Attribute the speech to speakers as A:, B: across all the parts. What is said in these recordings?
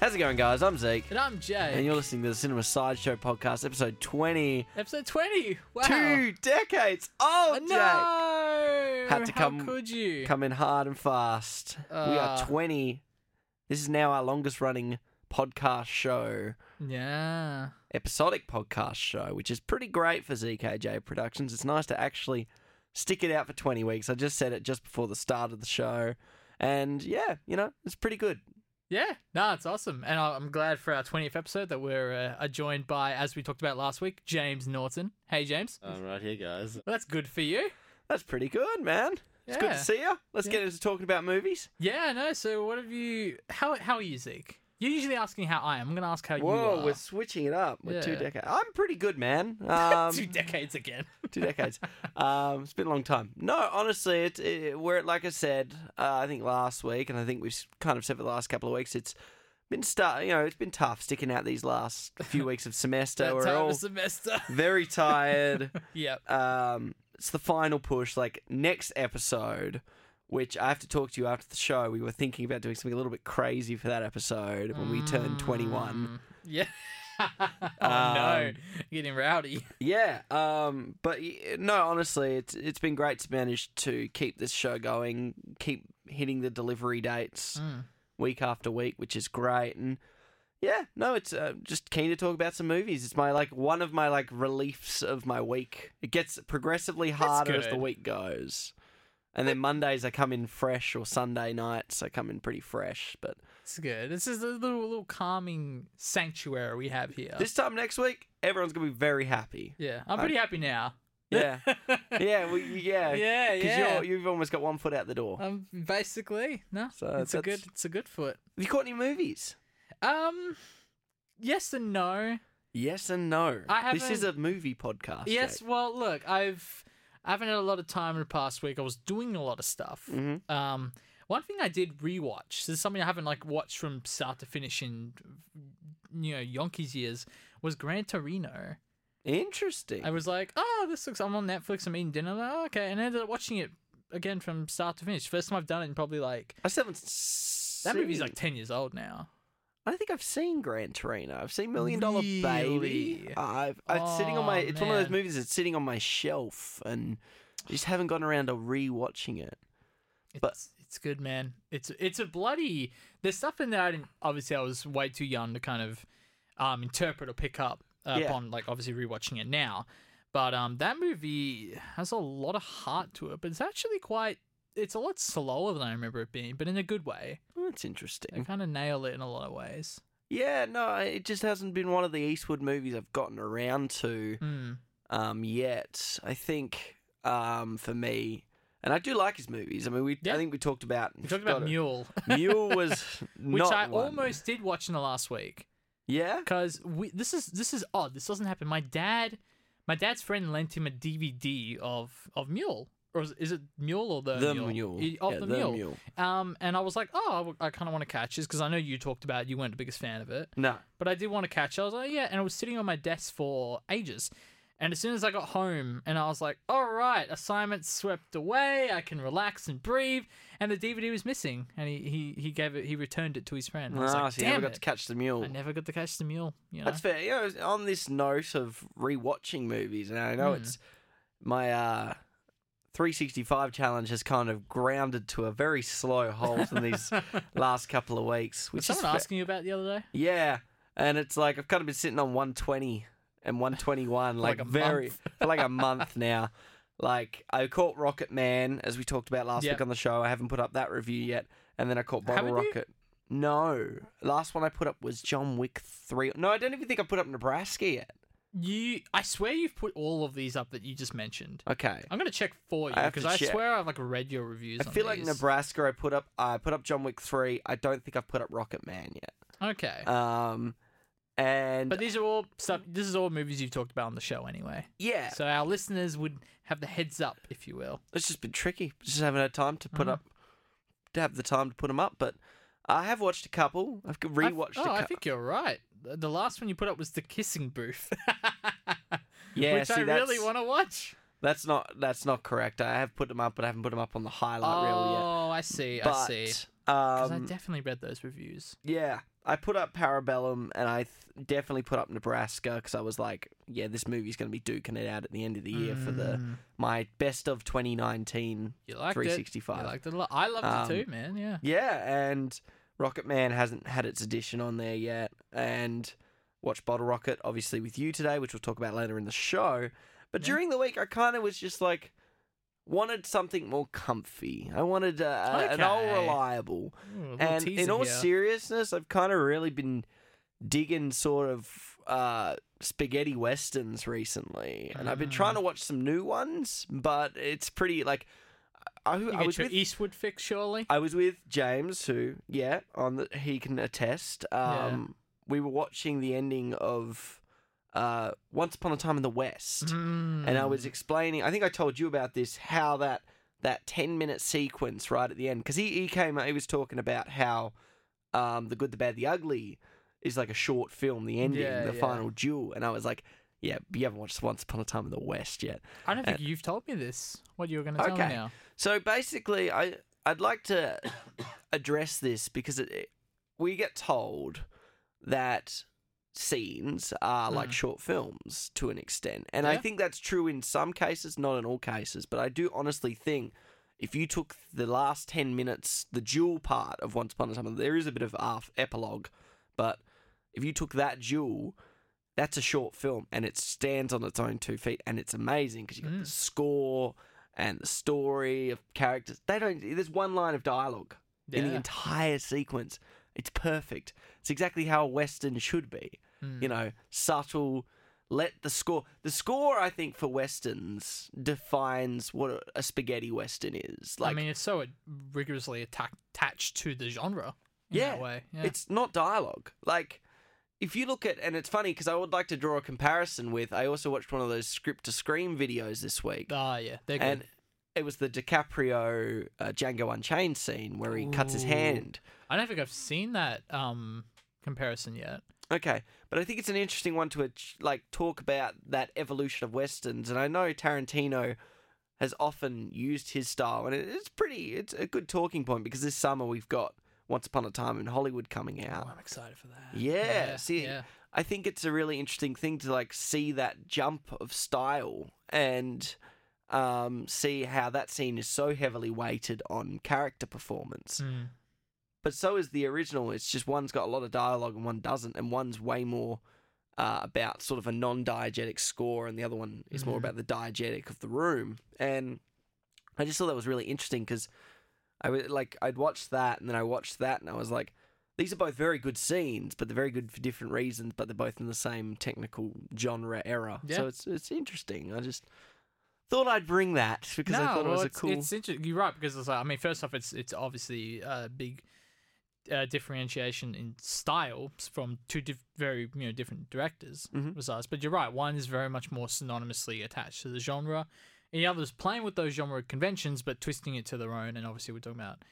A: How's it going, guys? I'm Zeke.
B: And I'm
A: And
B: Jay.
A: you're listening to the Cinema Sideshow Podcast, episode 20.
B: Episode 20. Wow.
A: Two decades old, Jake!
B: No.
A: Had to come-
B: How could you?
A: Coming hard and fast. we are
B: Ah.
A: 20. This is now our longest running podcast show,
B: yeah.
A: episodic podcast show, which is pretty great for ZKJ Productions. It's nice to actually stick it out for 20 weeks. I just said it just before the start of the show. And yeah, you know, it's pretty good.
B: Yeah. No, it's awesome. And I- I'm glad for our 20th episode that we're uh, are joined by, as we talked about last week, James Norton. Hey, James.
A: Uh,
C: I'm right here, guys.
B: Well, that's good for you.
A: That's pretty good, man. It's good
B: Yeah.
A: to see you. Let's
B: Yeah.
A: get into talking about movies.
B: Yeah, I know. So, what have you. How, how are you, Zeke? You're usually asking how I am. I'm going to ask how
A: Whoa,
B: you are.
A: we're switching it up. We're two
B: Yeah.
A: decades. I'm pretty good, man. Um,
B: Two decades again.
A: two decades. Um, it's been a long time. No, honestly, it, it, we're at, like I said, uh, I think last week, and I think we've s- kind of said for the last couple of weeks, it's been start. You know, it's been tough sticking out these last few weeks of semester.
B: That
A: we're
B: time
A: all
B: of semester.
A: very tired.
B: yep.
A: um, it's the final push. Like next episode, which I have to talk to you after the show. We were thinking about doing something a little bit crazy for that episode when we turn twenty-one.
B: Mm, Yeah. oh, no.
A: Um,
B: Getting rowdy.
A: Yeah, um, but y- no, honestly, it's it's been great to manage to keep this show going, keep hitting the delivery dates
B: Mm.
A: week after week, which is great. And yeah, no, it's uh, just keen to talk about some movies. It's my like one of my like reliefs of my week. It gets progressively harder as the
B: good.
A: week goes, and then Mondays I come in fresh, or Sunday nights I come in pretty fresh. But
B: It's good. This is a little, little calming sanctuary we have here.
A: this time next week, everyone's gonna be very happy.
B: yeah, I'm pretty happy now.
A: Yeah, yeah, we, yeah,
B: yeah,
A: Because
B: yeah.
A: you've almost got one foot out the door.
B: Um, basically, no.
A: So
B: it's a
A: that's-
B: good, it's a good foot.
A: Have you caught any movies?
B: Um, yes and no.
A: Yes and no.
B: I
A: This is a movie podcast.
B: Yes, well, look, I've I haven't had a lot of time in the past week. I was doing a lot of stuff.
A: Mhm.
B: Um, one thing I did rewatch. This is something I haven't like watched from start to finish in you know Yonkies years. Was Gran Torino.
A: Interesting.
B: I was like, oh, this looks. I'm on Netflix. I'm eating dinner. I'm like, oh, okay, and I ended up watching it again from start to finish. First time I've done it in probably like
A: I still haven't.
B: that
A: seen-
B: movie's like ten years old now.
A: I don't think I've seen Gran Torino. I've seen Million Dollar Baby.
B: Really?
A: I've. I've it's sitting on
B: Oh,
A: my. It's one of those
B: man.
A: movies that's sitting on my shelf, and I just haven't gotten around to rewatching it.
B: It's,
A: But-
B: it's good, man. It's it's a bloody. There's stuff in there. I didn't, obviously, I was way too young to kind of um, interpret or pick up uh,
A: Yeah.
B: upon like obviously rewatching it now. But um, that movie has a lot of heart to it. But it's actually quite. It's a lot slower than I remember it being, but in a good way.
A: Oh, That's
B: They
A: interesting.
B: kind of nail it in a lot of ways.
A: Yeah, no, I- it just hasn't been one of the Eastwood movies I've gotten around to.
B: Mm.
A: um, yet. I think um, for me, and I do like his movies. I mean, we I
B: Yeah.
A: think we talked about
B: We talked about
A: God,
B: Mule,
A: Mule was
B: which
A: not
B: I
A: one.
B: almost did watch in the last week
A: yeah.
B: because this is this is odd. This doesn't happen. My dad, my dad's friend lent him a DVD of of Mule, or is, is it Mule or the
A: The
B: Mule?
A: mule,
B: Y- Of
A: Yeah,
B: the, mule. Um, and I was like, oh, I w- I, kind of want to catch this because I know you talked about you weren't the biggest fan of it,
A: No,
B: but I did want to catch. it. I was like, yeah, and I was sitting on my desk for ages. And as soon as I got home, and I was like, "All right, assignment swept away. I can relax and breathe." And the DVD was missing, and he he, he gave it. He returned it to his friend. I was
A: Ah,
B: like,
A: so you never
B: "Damn
A: got
B: it!
A: to catch the mule.
B: I never got to catch the mule." You know,
A: That's fair. You know, on this note of rewatching movies, and I know
B: Hmm.
A: it's my uh, 365 challenge has kind of grounded to a very slow halt in these last couple of weeks.
B: was
A: Which is
B: someone
A: fair.
B: asking you about it the other day?
A: Yeah, and it's like I've kind of been sitting on 120 and 121 like,
B: Like a
A: very
B: month.
A: for like a month now. Like I caught Rocket Man as we talked about last
B: Yep.
A: week on the show. I haven't put up that review yet, and then I caught Bottle
B: Haven't you?
A: Rocket. No, last one I put up was John Wick three. No, I don't even think I put up Nebraska yet.
B: You, I swear you've put all of these up that you just mentioned.
A: Okay,
B: I'm gonna check for you
A: I have
B: because
A: to
B: I,
A: check.
B: swear I've like read your reviews.
A: I
B: on
A: feel like
B: these.
A: Nebraska. I put up I put up John Wick three. I don't think I've put up Rocket Man yet.
B: Okay,
A: Um, and
B: but these are all stuff. This is all movies you've talked about on the show anyway.
A: yeah,
B: So our listeners would have the heads up, if you will.
A: it's just been tricky. Just haven't had time to put
B: Mm.
A: up, to have the time to put them up. But I have watched a couple. I've
B: I-
A: rewatched a
B: Oh,
A: couple.
B: I think you're right. The the last one you put up was the kissing booth,
A: yeah,
B: which
A: see,
B: I
A: that's,
B: really want to watch.
A: That's not that's not correct. I have put them up, but I haven't put them up on the highlight
B: oh,
A: reel yet.
B: I see.
A: But
B: I see. Because I
A: Um,
B: definitely read those reviews.
A: yeah, I put up Parabellum, and I th- definitely put up Nebraska because I was like, yeah, this movie's going to be duking it out at the end of the year for the
B: Mm,
A: my best of 2019
B: you liked it. You
A: 365.
B: liked it a lot. I loved
A: Um,
B: it too, man. Yeah.
A: Yeah, and Rocket Man hasn't had its edition on there yet. And watch Bottle Rocket, obviously, with you today, which we'll talk about later in the show. But
B: Yeah.
A: during the week, I kind of was just like, wanted something more comfy. I wanted uh, an old
B: Okay.
A: reliable.
B: Ooh, a little
A: And in
B: teaser
A: all
B: here.
A: seriousness, I've kind of really been digging sort of uh, spaghetti westerns recently. And I've been
B: Ah.
A: trying to watch some new ones, but it's pretty like. I,
B: you
A: I
B: get
A: was
B: your
A: with
B: Eastwood fix, surely.
A: I was with James, who yeah, on the he can attest. Um, we were watching the ending of uh, Once Upon a Time in the West,
B: Mm. Hmm.
A: and I was explaining. I think I told you about this how that that ten minute sequence right at the end because he he came out, he was talking about how um, the good, the bad, the ugly is like a short film. The ending,
B: Yeah,
A: the
B: yeah.
A: final duel, and I was like. Yeah, you haven't watched Once Upon a Time in the West yet.
B: I don't think you've told me this. What you were going to tell
A: Okay.
B: me now?
A: So basically, I I'd like to address this because it, it- we get told that scenes are like
B: Mhm.
A: short films to an extent, and I
B: Yeah.
A: think that's true in some cases, not in all cases. But I do honestly think if you took the last ten minutes, the dual part of Once Upon a Time, there is a bit of half epilogue, but if you took that duel. That's a short film, and it stands on its own two feet, and it's amazing because you got the
B: Mm.
A: score, and the story of characters. They don't. There's one line of dialogue in the
B: Yeah.
A: entire sequence. It's perfect. It's exactly how a western should be.
B: Mm.
A: You know, subtle. Let the score. The score, I think, for westerns defines what a- a spaghetti western is. Like,
B: I mean, it's so rigorously atta- attached to the genre. In
A: Yeah,
B: That way. Yeah.
A: it's not dialogue. Like, if you look at, and it's funny because I would like to draw a comparison with. I also watched one of those script to scream videos this week.
B: Ah, yeah. They're good.
A: and it was the DiCaprio uh, Django Unchained scene where he cuts his
B: Ooh.
A: hand.
B: I don't think I've seen that um comparison yet.
A: Okay, but I think it's an interesting one to uh, like talk about that evolution of westerns, and I know Tarantino has often used his style, and it- it's pretty, it's a good talking point because this summer we've got Once Upon a Time in Hollywood coming
B: Oh,
A: out.
B: I'm excited for that.
A: Yeah, see,
B: yeah.
A: I think it's a really interesting thing to like see that jump of style and um, see how that scene is so heavily weighted on character performance.
B: Mm.
A: but so is the original. It's just one's got a lot of dialogue and one doesn't, and one's way more uh, about sort of a non-diegetic score, and the other one is more
B: Mhm.
A: about the diegetic of the room. And I just thought that was really interesting because I wa- like I'd watched that, and then I watched that, and I was like, these are both very good scenes, but they're very good for different reasons. But they're both in the same technical genre era,
B: Yeah.
A: so it's it's interesting. I just thought I'd bring that because I thought it
B: well,
A: was a
B: it's,
A: cool.
B: It's interesting. You're right because it's like, I mean, first off, it's it's obviously a big uh, differentiation in style from two diff- very you know different directors.
A: Mhm.
B: Besides, but you're right. One is very much more synonymously attached to the genre, and the other is playing with those genre conventions but twisting it to their own. And obviously, we're talking about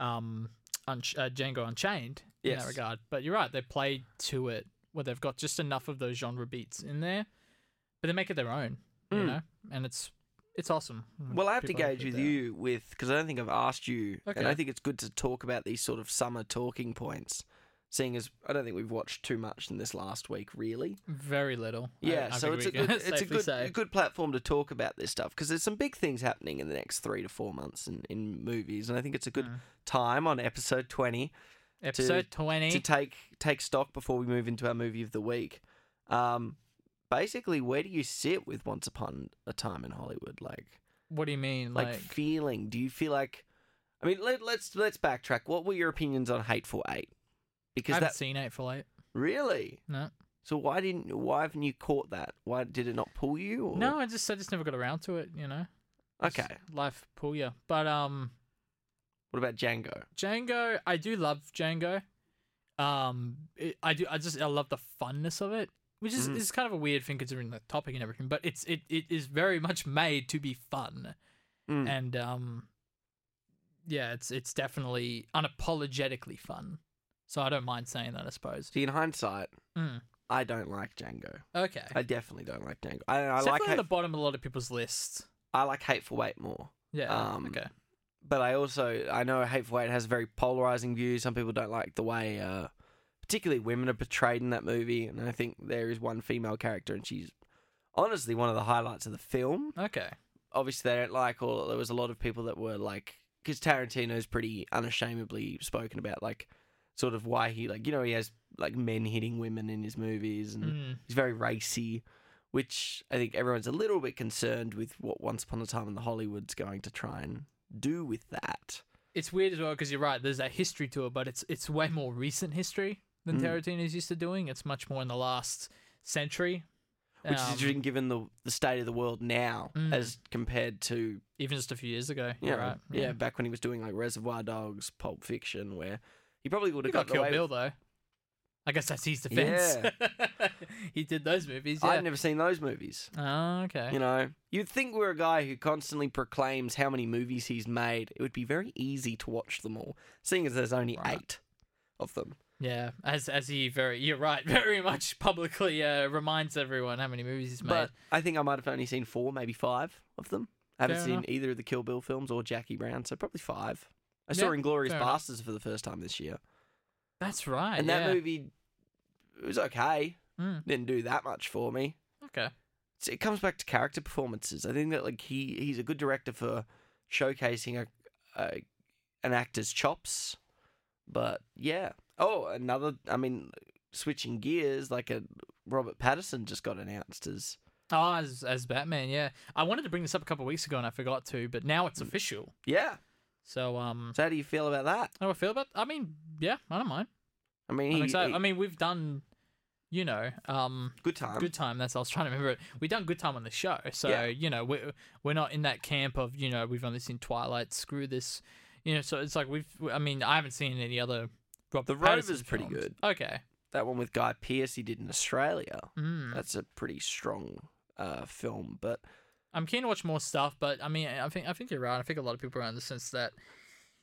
B: um, Unch- uh, Django Unchained in
A: Yes.
B: that regard. But you're right. They play to it where they've got just enough of those genre beats in there, but they make it their own. You
A: Mm.
B: know, and it's it's awesome. Mm,
A: Well, I have
B: People
A: to gauge
B: good
A: with
B: there.
A: you with because I don't think I've asked you, and I
B: Okay.
A: think it's good to talk about these sort of summer talking points, seeing as I don't think we've watched too much in this last week, really.
B: Very little. I-
A: Yeah,
B: I
A: so
B: think
A: it's
B: we
A: a
B: can
A: good it's a
B: safely
A: good
B: say.
A: a good platform to talk about this stuff because there's some big things happening in the next three to four months in, in movies, and I think it's a good
B: Mm.
A: time on episode twenty
B: episode twenty.
A: to take take stock before we move into our movie of the week. Um, basically, where do you sit with Once Upon a Time in Hollywood? Like.
B: what do you mean?
A: like,
B: Like,
A: feeling do you feel like i mean let, let's let's backtrack what were your opinions on hateful eight
B: I
A: because
B: haven't
A: that
B: seen Eightful Eight.
A: really
B: No,
A: so why didn't why haven't you caught that why did it not pull you or?
B: no, I just I just never got around to it. You know. Just
A: okay
B: Life pull you, but um,
A: what about django
B: Django. I do love Django. Um, it, I do. I just I love the funness of it, which is
A: Mhm.
B: is kind of a weird thing considering the topic and everything. But it's it, it is very much made to be fun.
A: Mm.
B: and um yeah it's it's definitely unapologetically fun so i don't mind saying that i suppose
A: see in hindsight
B: mm,
A: i don't like django
B: okay
A: i definitely don't like django i, I
B: it's
A: like
B: definitely
A: hate,
B: on the bottom of a lot of people's lists
A: i like hateful eight more
B: yeah
A: um,
B: okay
A: but I also I know Hateful Eight has a very polarizing view. Some people don't like the way, uh, particularly women are portrayed in that movie, and I think there is one female character, and she's honestly one of the highlights of the film.
B: Okay.
A: Obviously, they don't like all. There was a lot of people that were like, because Tarantino's pretty unashamedly spoken about like sort of why he like you know he has like men hitting women in his movies and
B: Mm.
A: He's very racy, which I think everyone's a little bit concerned with what Once Upon a Time in the Hollywood's going to try and do with that.
B: It's weird as well because you're right. There's that history to it, but it's it's way more recent history than
A: Mm.
B: Tarantino's used to doing. It's much more in the last century,
A: Which is
B: um,
A: interesting given the the state of the world now
B: Mm.
A: as compared to
B: even just a few years ago.
A: you know,
B: You're right.
A: yeah, back when he was doing like Reservoir Dogs, Pulp Fiction, where he probably would
B: He
A: have
B: got
A: got
B: Kill
A: away.
B: Bill
A: with-
B: though. I guess that's his defense. he did those movies. Yeah.
A: I'd never seen those movies.
B: Oh, okay.
A: You know, you'd think we're a guy who constantly proclaims how many movies he's made. It would be very easy to watch them all, seeing as there's only
B: Right.
A: eight of them.
B: Yeah, as as he very you're right, very much publicly uh, reminds everyone how many movies he's made.
A: But I think I might have only seen four, maybe five of them. I haven't
B: Fair
A: seen
B: enough.
A: either of the Kill Bill films or Jackie Brown, so probably five. I saw
B: Yeah,
A: Inglorious
B: fair enough.
A: Bastards for the first time this year,
B: That's right.
A: and
B: Ah, yeah.
A: that movie it was okay.
B: Mm,
A: Didn't do that much for me.
B: okay.
A: It's- It comes back to character performances. I think that like he he's a good director for showcasing a, a an actor's chops, but yeah. Oh, another. I mean, switching gears, like a Robert Patterson just got announced as
B: Oh, as as Batman, yeah. I wanted to bring this up a couple of weeks ago and I forgot to, but now
A: Hmm.
B: it's official.
A: yeah.
B: So um,
A: So how do you feel about that?
B: how do I feel about? I mean, yeah, I don't mind.
A: I mean,
B: I'm
A: he-
B: excited.
A: he-
B: I mean, we've done, you know, um,
A: Good time.
B: Good Time. That's I was trying to remember it. We done Good Time on the show, so
A: Yeah.
B: you know we're we're not in that camp of you know we've only seen Twilight. Screw this, you know. So it's like we've. I mean, I haven't seen any other. Robert
A: The
B: Pattinson
A: Rover's pretty
B: films.
A: good.
B: Okay.
A: That one with Guy Pearce he did in Australia.
B: Mm.
A: That's a pretty strong uh, film. But
B: I'm keen to watch more stuff, but I mean, I think I think you're right. I think a lot of people are in the sense that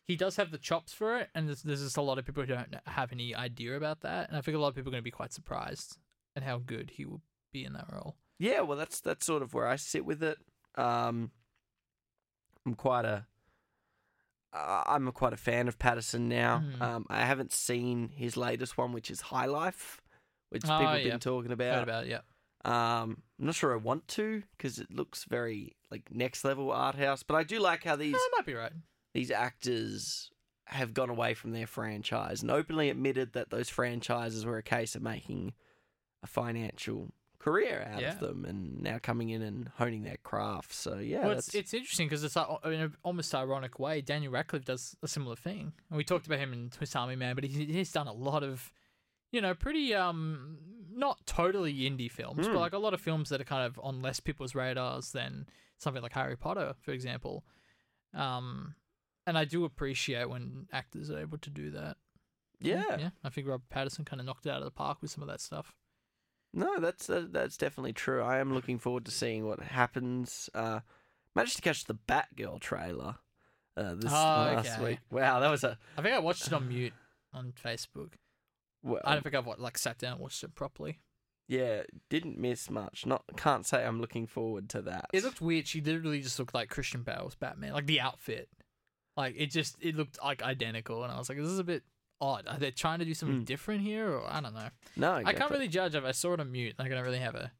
B: he does have the chops for it, and there's, there's just a lot of people who don't have any idea about that, and I think a lot of people are going to be quite surprised at how good he will be in that role.
A: yeah, well, that's that's sort of where I sit with it. Um, I'm quite a uh, I'm quite a fan of Patterson now.
B: Mhm.
A: Um, I haven't seen his latest one, which is High Life, which
B: Oh,
A: people have
B: yeah.
A: been talking
B: Heard
A: about.
B: about it, yeah.
A: Um, I'm not sure I want to because it looks very like next level art house. But I do like how these
B: No, I might be right.
A: these actors have gone away from their franchise and openly admitted that those franchises were a case of making a financial career out
B: Yeah.
A: of them and now coming in and honing their craft. So yeah,
B: well, it's,
A: that's-
B: it's interesting because it's like, o- in an almost ironic way. Daniel Radcliffe does a similar thing, and we talked about him in Twist Army Man, but he's, he's done a lot of, you know, pretty um not totally indie films,
A: Hmm.
B: but like a lot of films that are kind of on less people's radars than something like Harry Potter, for example. Um, and I do appreciate when actors are able to do that.
A: yeah.
B: yeah. I think Rob Patterson kind of knocked it out of the park with some of that stuff.
A: No, that's uh, that's definitely true. I am looking forward to seeing what happens. Uh, managed to catch the Batgirl trailer uh, this
B: Oh,
A: last
B: okay.
A: week. Wow, that was a
B: I think I watched it on mute on Facebook.
A: well,
B: I don't think I've wa- like sat down and watched it properly.
A: yeah, didn't miss much. Not can't say I'm looking forward to that.
B: It looked weird. She literally just looked like Christian Bale's Batman, like the outfit. Like it just it looked like identical, and I was like, this is a bit odd. Are they trying to do something
A: Hmm.
B: different here, or I don't know?
A: no,
B: I can't
A: exactly.
B: really judge. I've- I saw it on mute. Like I don't really have a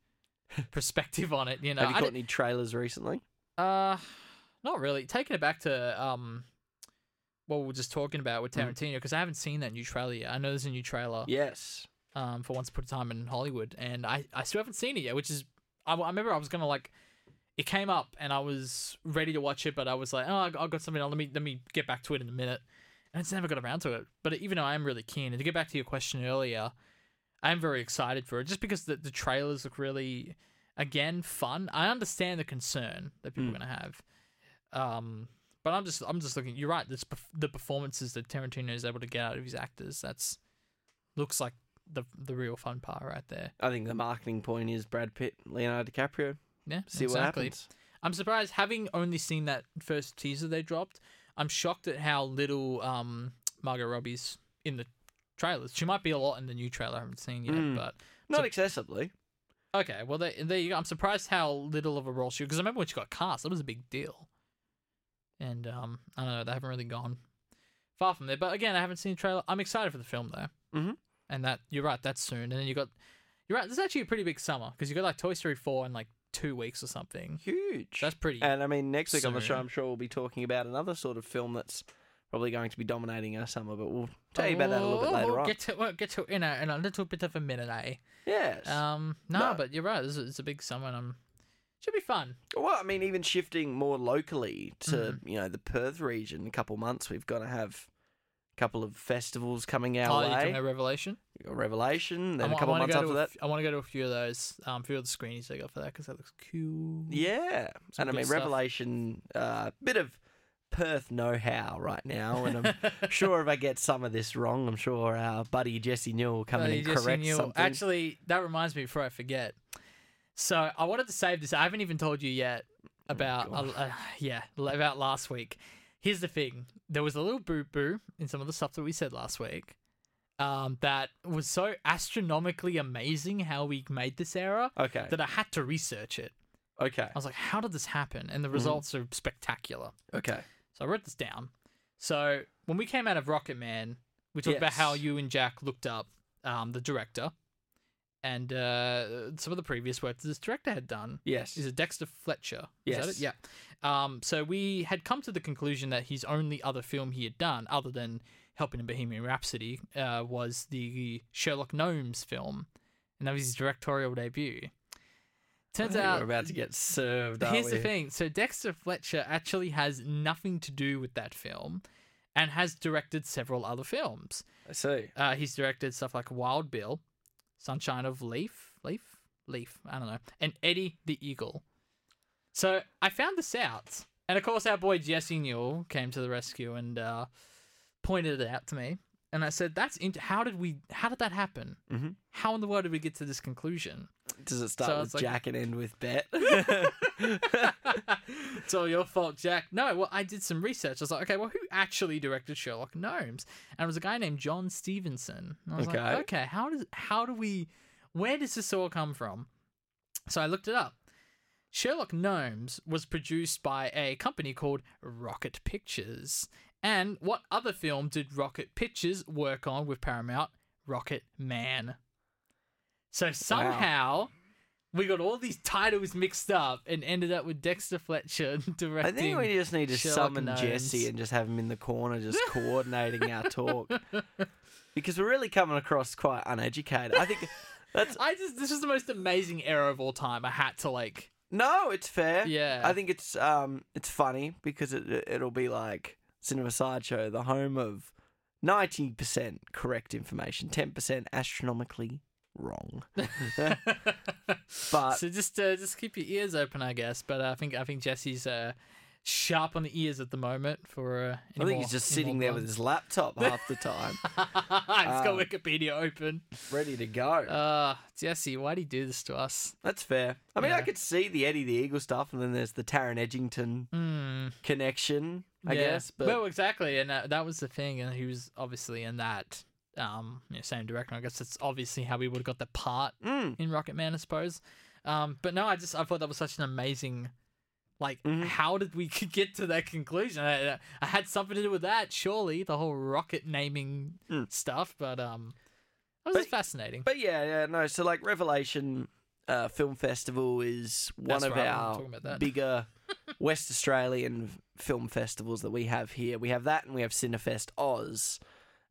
B: perspective on it. You know,
A: Have you
B: I
A: caught
B: didn't-
A: any trailers recently?
B: uh, not really. Taking it back to um, what we were just talking about with
A: Mm.
B: Tarantino, because I haven't seen that new trailer yet. I know there's a new trailer
A: Yes.
B: um, for Once Upon a Time in Hollywood, and I, I still haven't seen it yet, which is I, I remember I was gonna like it came up and I was ready to watch it, but I was like, oh, I got, I got something on. Let me let me get back to it in a minute, and I just never got around to it. But even though I am really keen, and to get back to your question earlier, I am very excited for it, just because the the trailers look really again fun. I understand the concern that people
A: Mm.
B: are gonna have. Um, but I'm just I'm just looking. You're right. This perf- the performances that Tarantino is able to get out of his actors. That's looks like the the real fun part right there.
A: I think the marketing point is Brad Pitt, Leonardo DiCaprio.
B: Yeah,
A: See what happens.
B: I'm surprised, having only seen that first teaser they dropped, I'm shocked at how little um Margot Robbie's in the trailers. She might be a lot in the new trailer I haven't seen yet,
A: Mm.
B: but
A: Not excessively.
B: okay. Well, there, there you go. I'm surprised how little of a role she because I remember when she got cast, that was a big deal. and um, I don't know. They haven't really gone far from there. But again, I haven't seen a trailer. I'm excited for the film though.
A: Mhm.
B: And that you're right. That's soon. And then you got you're right. This is actually a pretty big summer because you got like Toy Story four in like two weeks or something.
A: Huge.
B: That's pretty.
A: and I mean, next week on the show,
B: soon.
A: I'm sure we'll be talking about another sort of film that's probably going to be dominating our summer, but we'll tell you about that a little bit
B: Oh,
A: later
B: we'll
A: on.
B: Get to we'll get to it in a, in a little bit of a minute, eh?
A: Yes.
B: Um, no,
A: No.
B: but you're right. This is, it's a big summer, and I'm should be fun.
A: Well, I mean, even shifting more locally to
B: mm-hmm.
A: you know the Perth region, in a couple months we've got to have a couple of festivals coming our
B: Oh,
A: way.
B: you're talking about Revelation.
A: We've got Revelation,
B: I
A: then a
B: wa- I
A: couple
B: wanna
A: months
B: go to
A: after
B: a
A: that.
B: f- I want to go to a few of those. Um, few of the screenies they got for that because that looks cool.
A: Yeah, and
B: Some
A: I
B: good
A: mean
B: stuff.
A: Revelation, uh, bit of Perth know-how right now, and I'm sure if I get some of this wrong, I'm sure our buddy Jesse Newell will come in
B: Bloody
A: and
B: Jesse
A: correct
B: Newell.
A: something.
B: Actually, that reminds me before I forget. So I wanted to save this. I haven't even told you yet about
A: Oh, God.
B: uh, yeah about last week. Here's the thing: there was a little boo boo in some of the stuff that we said last week. Um, that was so astronomically amazing how we made this error
A: okay,
B: that I had to research it.
A: okay,
B: I was like, how did this happen?
A: Mm-hmm.
B: And the results are spectacular.
A: okay.
B: So I wrote this down. So when we came out of Rocket Man, we talked about how
A: Yes.
B: you and Jack looked up um, the director and uh, some of the previous work that this director had done.
A: Yes.
B: Is it Dexter Fletcher? Is that
A: Yes.
B: it? Yeah. Um, so we had come to the conclusion that his only other film he had done, other than helping in Bohemian Rhapsody, uh, was the Sherlock Gnomes film. And that was his directorial debut. Turns
A: I think
B: out
A: we're about to get served. aren't
B: Here's the
A: we?
B: thing. So Dexter Fletcher actually has nothing to do with that film and has directed several other films.
A: I see.
B: Uh, he's directed stuff like Wild Bill, Sunshine of Leaf, Leaf, Leaf, I don't know, and Eddie the Eagle. So I found this out. And of course, our boy Jesse Newell came to the rescue and uh, pointed it out to me. And I said, "That's int- how did we? How did that happen?
A: Mhm.
B: How in the world did we get to this conclusion?"
A: Does it
B: So
A: start
B: it's
A: with
B: like-
A: Jack and end with Bet?
B: it's all your fault, Jack. No, well, I did some research. I was like, okay, well, who actually directed Sherlock Gnomes? And it was a guy named John Stevenson. And I was
A: Okay.
B: like, okay, how does how do we where does this all come from? So I looked it up. Sherlock Gnomes was produced by a company called Rocket Pictures. And what other film did Rocket Pictures work on with Paramount? Rocket Man. So somehow we got all these titles mixed up and ended up with Dexter Fletcher
A: I
B: directing.
A: think we just need to
B: Sherlock
A: summon
B: Gnomes.
A: Jesse and just have him in the corner, just coordinating our talk, because we're really coming across quite uneducated. I think that's
B: I just this is the most amazing era of all time. I had to like
A: no, it's fair.
B: Yeah.
A: I think it's um, it's funny because it it'll be like Cinema Sideshow, the home of ninety percent correct information, ten percent astronomically wrong. But
B: so just uh, just keep your ears open, I guess. But I think I think Jesse's uh, sharp on the ears at the moment for. Uh,
A: I think he's just sitting there with his laptop half the time,
B: it's got
A: Um,
B: Wikipedia open.
A: ready to go.
B: Uh, Jesse, why'd he do this to us?
A: That's fair. I mean, I
B: Yeah.
A: could see the Eddie the Eagle stuff, and then there's the Taron Edgington
B: Hmm.
A: connection, I
B: Yeah.
A: guess. But
B: well, exactly, and uh, that, that was the thing, and he was obviously in that um you know, same direction. I guess that's obviously how we would have got the part
A: Mm,
B: in Rocket Man, I suppose. Um, but no, I just I thought that was such an amazing, like,
A: Mhm.
B: how did we get to that conclusion? I, I- I had something to do with that, surely the whole rocket naming
A: Mm.
B: stuff. But um, that was
A: But-
B: just fascinating.
A: but yeah, yeah, no. So like Revelation uh, Film Festival is one
B: That's
A: of
B: right, we were
A: our
B: talking about that.
A: bigger West Australian film festivals that we have here. We have that, and we have Cinefest Oz,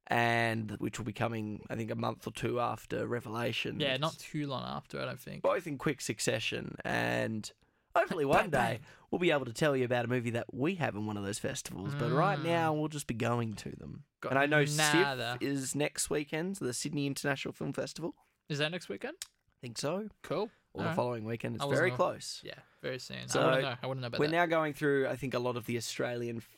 A: and which will be coming, I think, a month or two after Revelation.
B: yeah,
A: It's
B: not too long after, I don't think.
A: both in quick succession, and hopefully one
B: Bang,
A: day
B: bang.
A: we'll be able to tell you about a movie that we have in one of those festivals. But right
B: Mm.
A: now, we'll just be going to them.
B: Got
A: and I know
B: nada.
A: SIF is next weekend, so the Sydney International Film Festival.
B: Is that next weekend?
A: I think so.
B: Cool.
A: Or the
B: Alright.
A: following weekend. It's
B: Uh-huh. I wasn't
A: very
B: aware.
A: close.
B: Yeah, very soon.
A: So,
B: I want to know. I want to know about
A: We're
B: that.
A: now going through, I think, a lot of the Australian, f-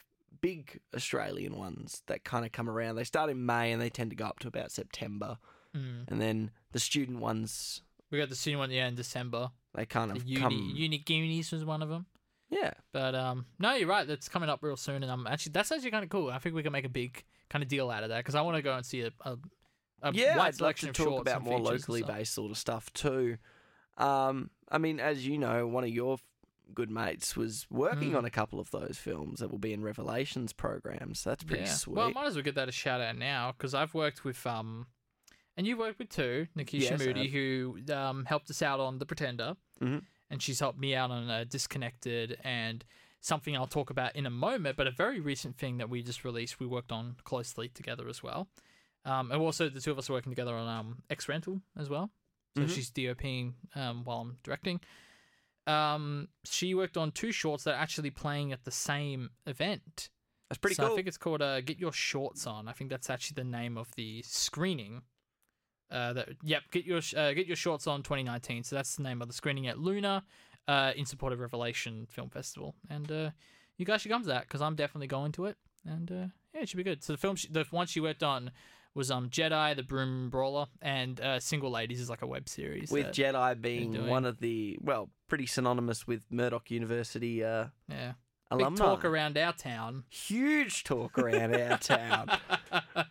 A: big Australian ones that kind of come around. They start in May and they tend to go up to about September.
B: Mm.
A: And then the student ones,
B: We got the student one yeah in December.
A: they kind
B: The
A: of
B: uni,
A: come.
B: uni Goonies was one of them.
A: yeah.
B: But um, no, you're right. That's coming up real soon, and I'm actually that's actually kind of cool. I think we can make a big kind of deal out of that because I want to go and see a, a, a
A: yeah,
B: wide
A: I'd like
B: selection
A: to
B: of
A: talk
B: shorts
A: about
B: and
A: more
B: features and
A: locally
B: stuff.
A: based sort of stuff too. Um, I mean, as you know, one of your f- good mates was working
B: Mm.
A: on a couple of those films that will be in Revelations programs. So that's pretty sweet.
B: Well, I might as well give that a shout out now because I've worked with um, and you worked with too, Nikisha
A: Yes, I
B: Moody, who um helped us out on The Pretender,
A: Mhm.
B: and she's helped me out on uh, Disconnected and something I'll talk about in a moment. But a very recent thing that we just released, we worked on closely together as well. Um, and also the two of us are working together on um X Rental as well. So
A: Mhm.
B: she's DOPing um while I'm directing. Um, she worked on two shorts that are actually playing at the same event
A: that's pretty
B: so
A: cool.
B: I think it's called uh, "Get Your Shorts On." I think that's actually the name of the screening. Uh, that yep, get your Sh- uh, get your shorts on 2019. So that's the name of the screening at Luna, uh, in support of Revelation Film Festival. And uh, you guys should come to that because I'm definitely going to it. And uh, yeah, it should be good. So the film, she, the one she worked on was um Jedi, the Broom Brawler, and uh, Single Ladies is like a web series.
A: with
B: that-
A: Jedi being
B: doing.
A: one of the well, pretty synonymous with Murdoch University uh,
B: yeah, big
A: alumni.
B: talk around our town.
A: Huge talk around our town,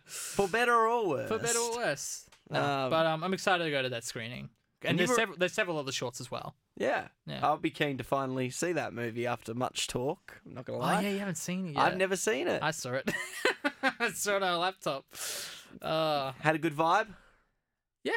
A: for better or worse.
B: for better or worse. No,
A: Um,
B: but um, I'm excited to go to that screening, and,
A: and you
B: there's
A: were-
B: several there's several other shorts as well.
A: Yeah.
B: Yeah.
A: I'll be keen to finally see that movie after much talk. I'm not gonna lie.
B: Oh yeah, you haven't seen it yet.
A: I've never seen it.
B: I saw it. I saw it on a laptop. Uh,
A: Had a good vibe.
B: yeah.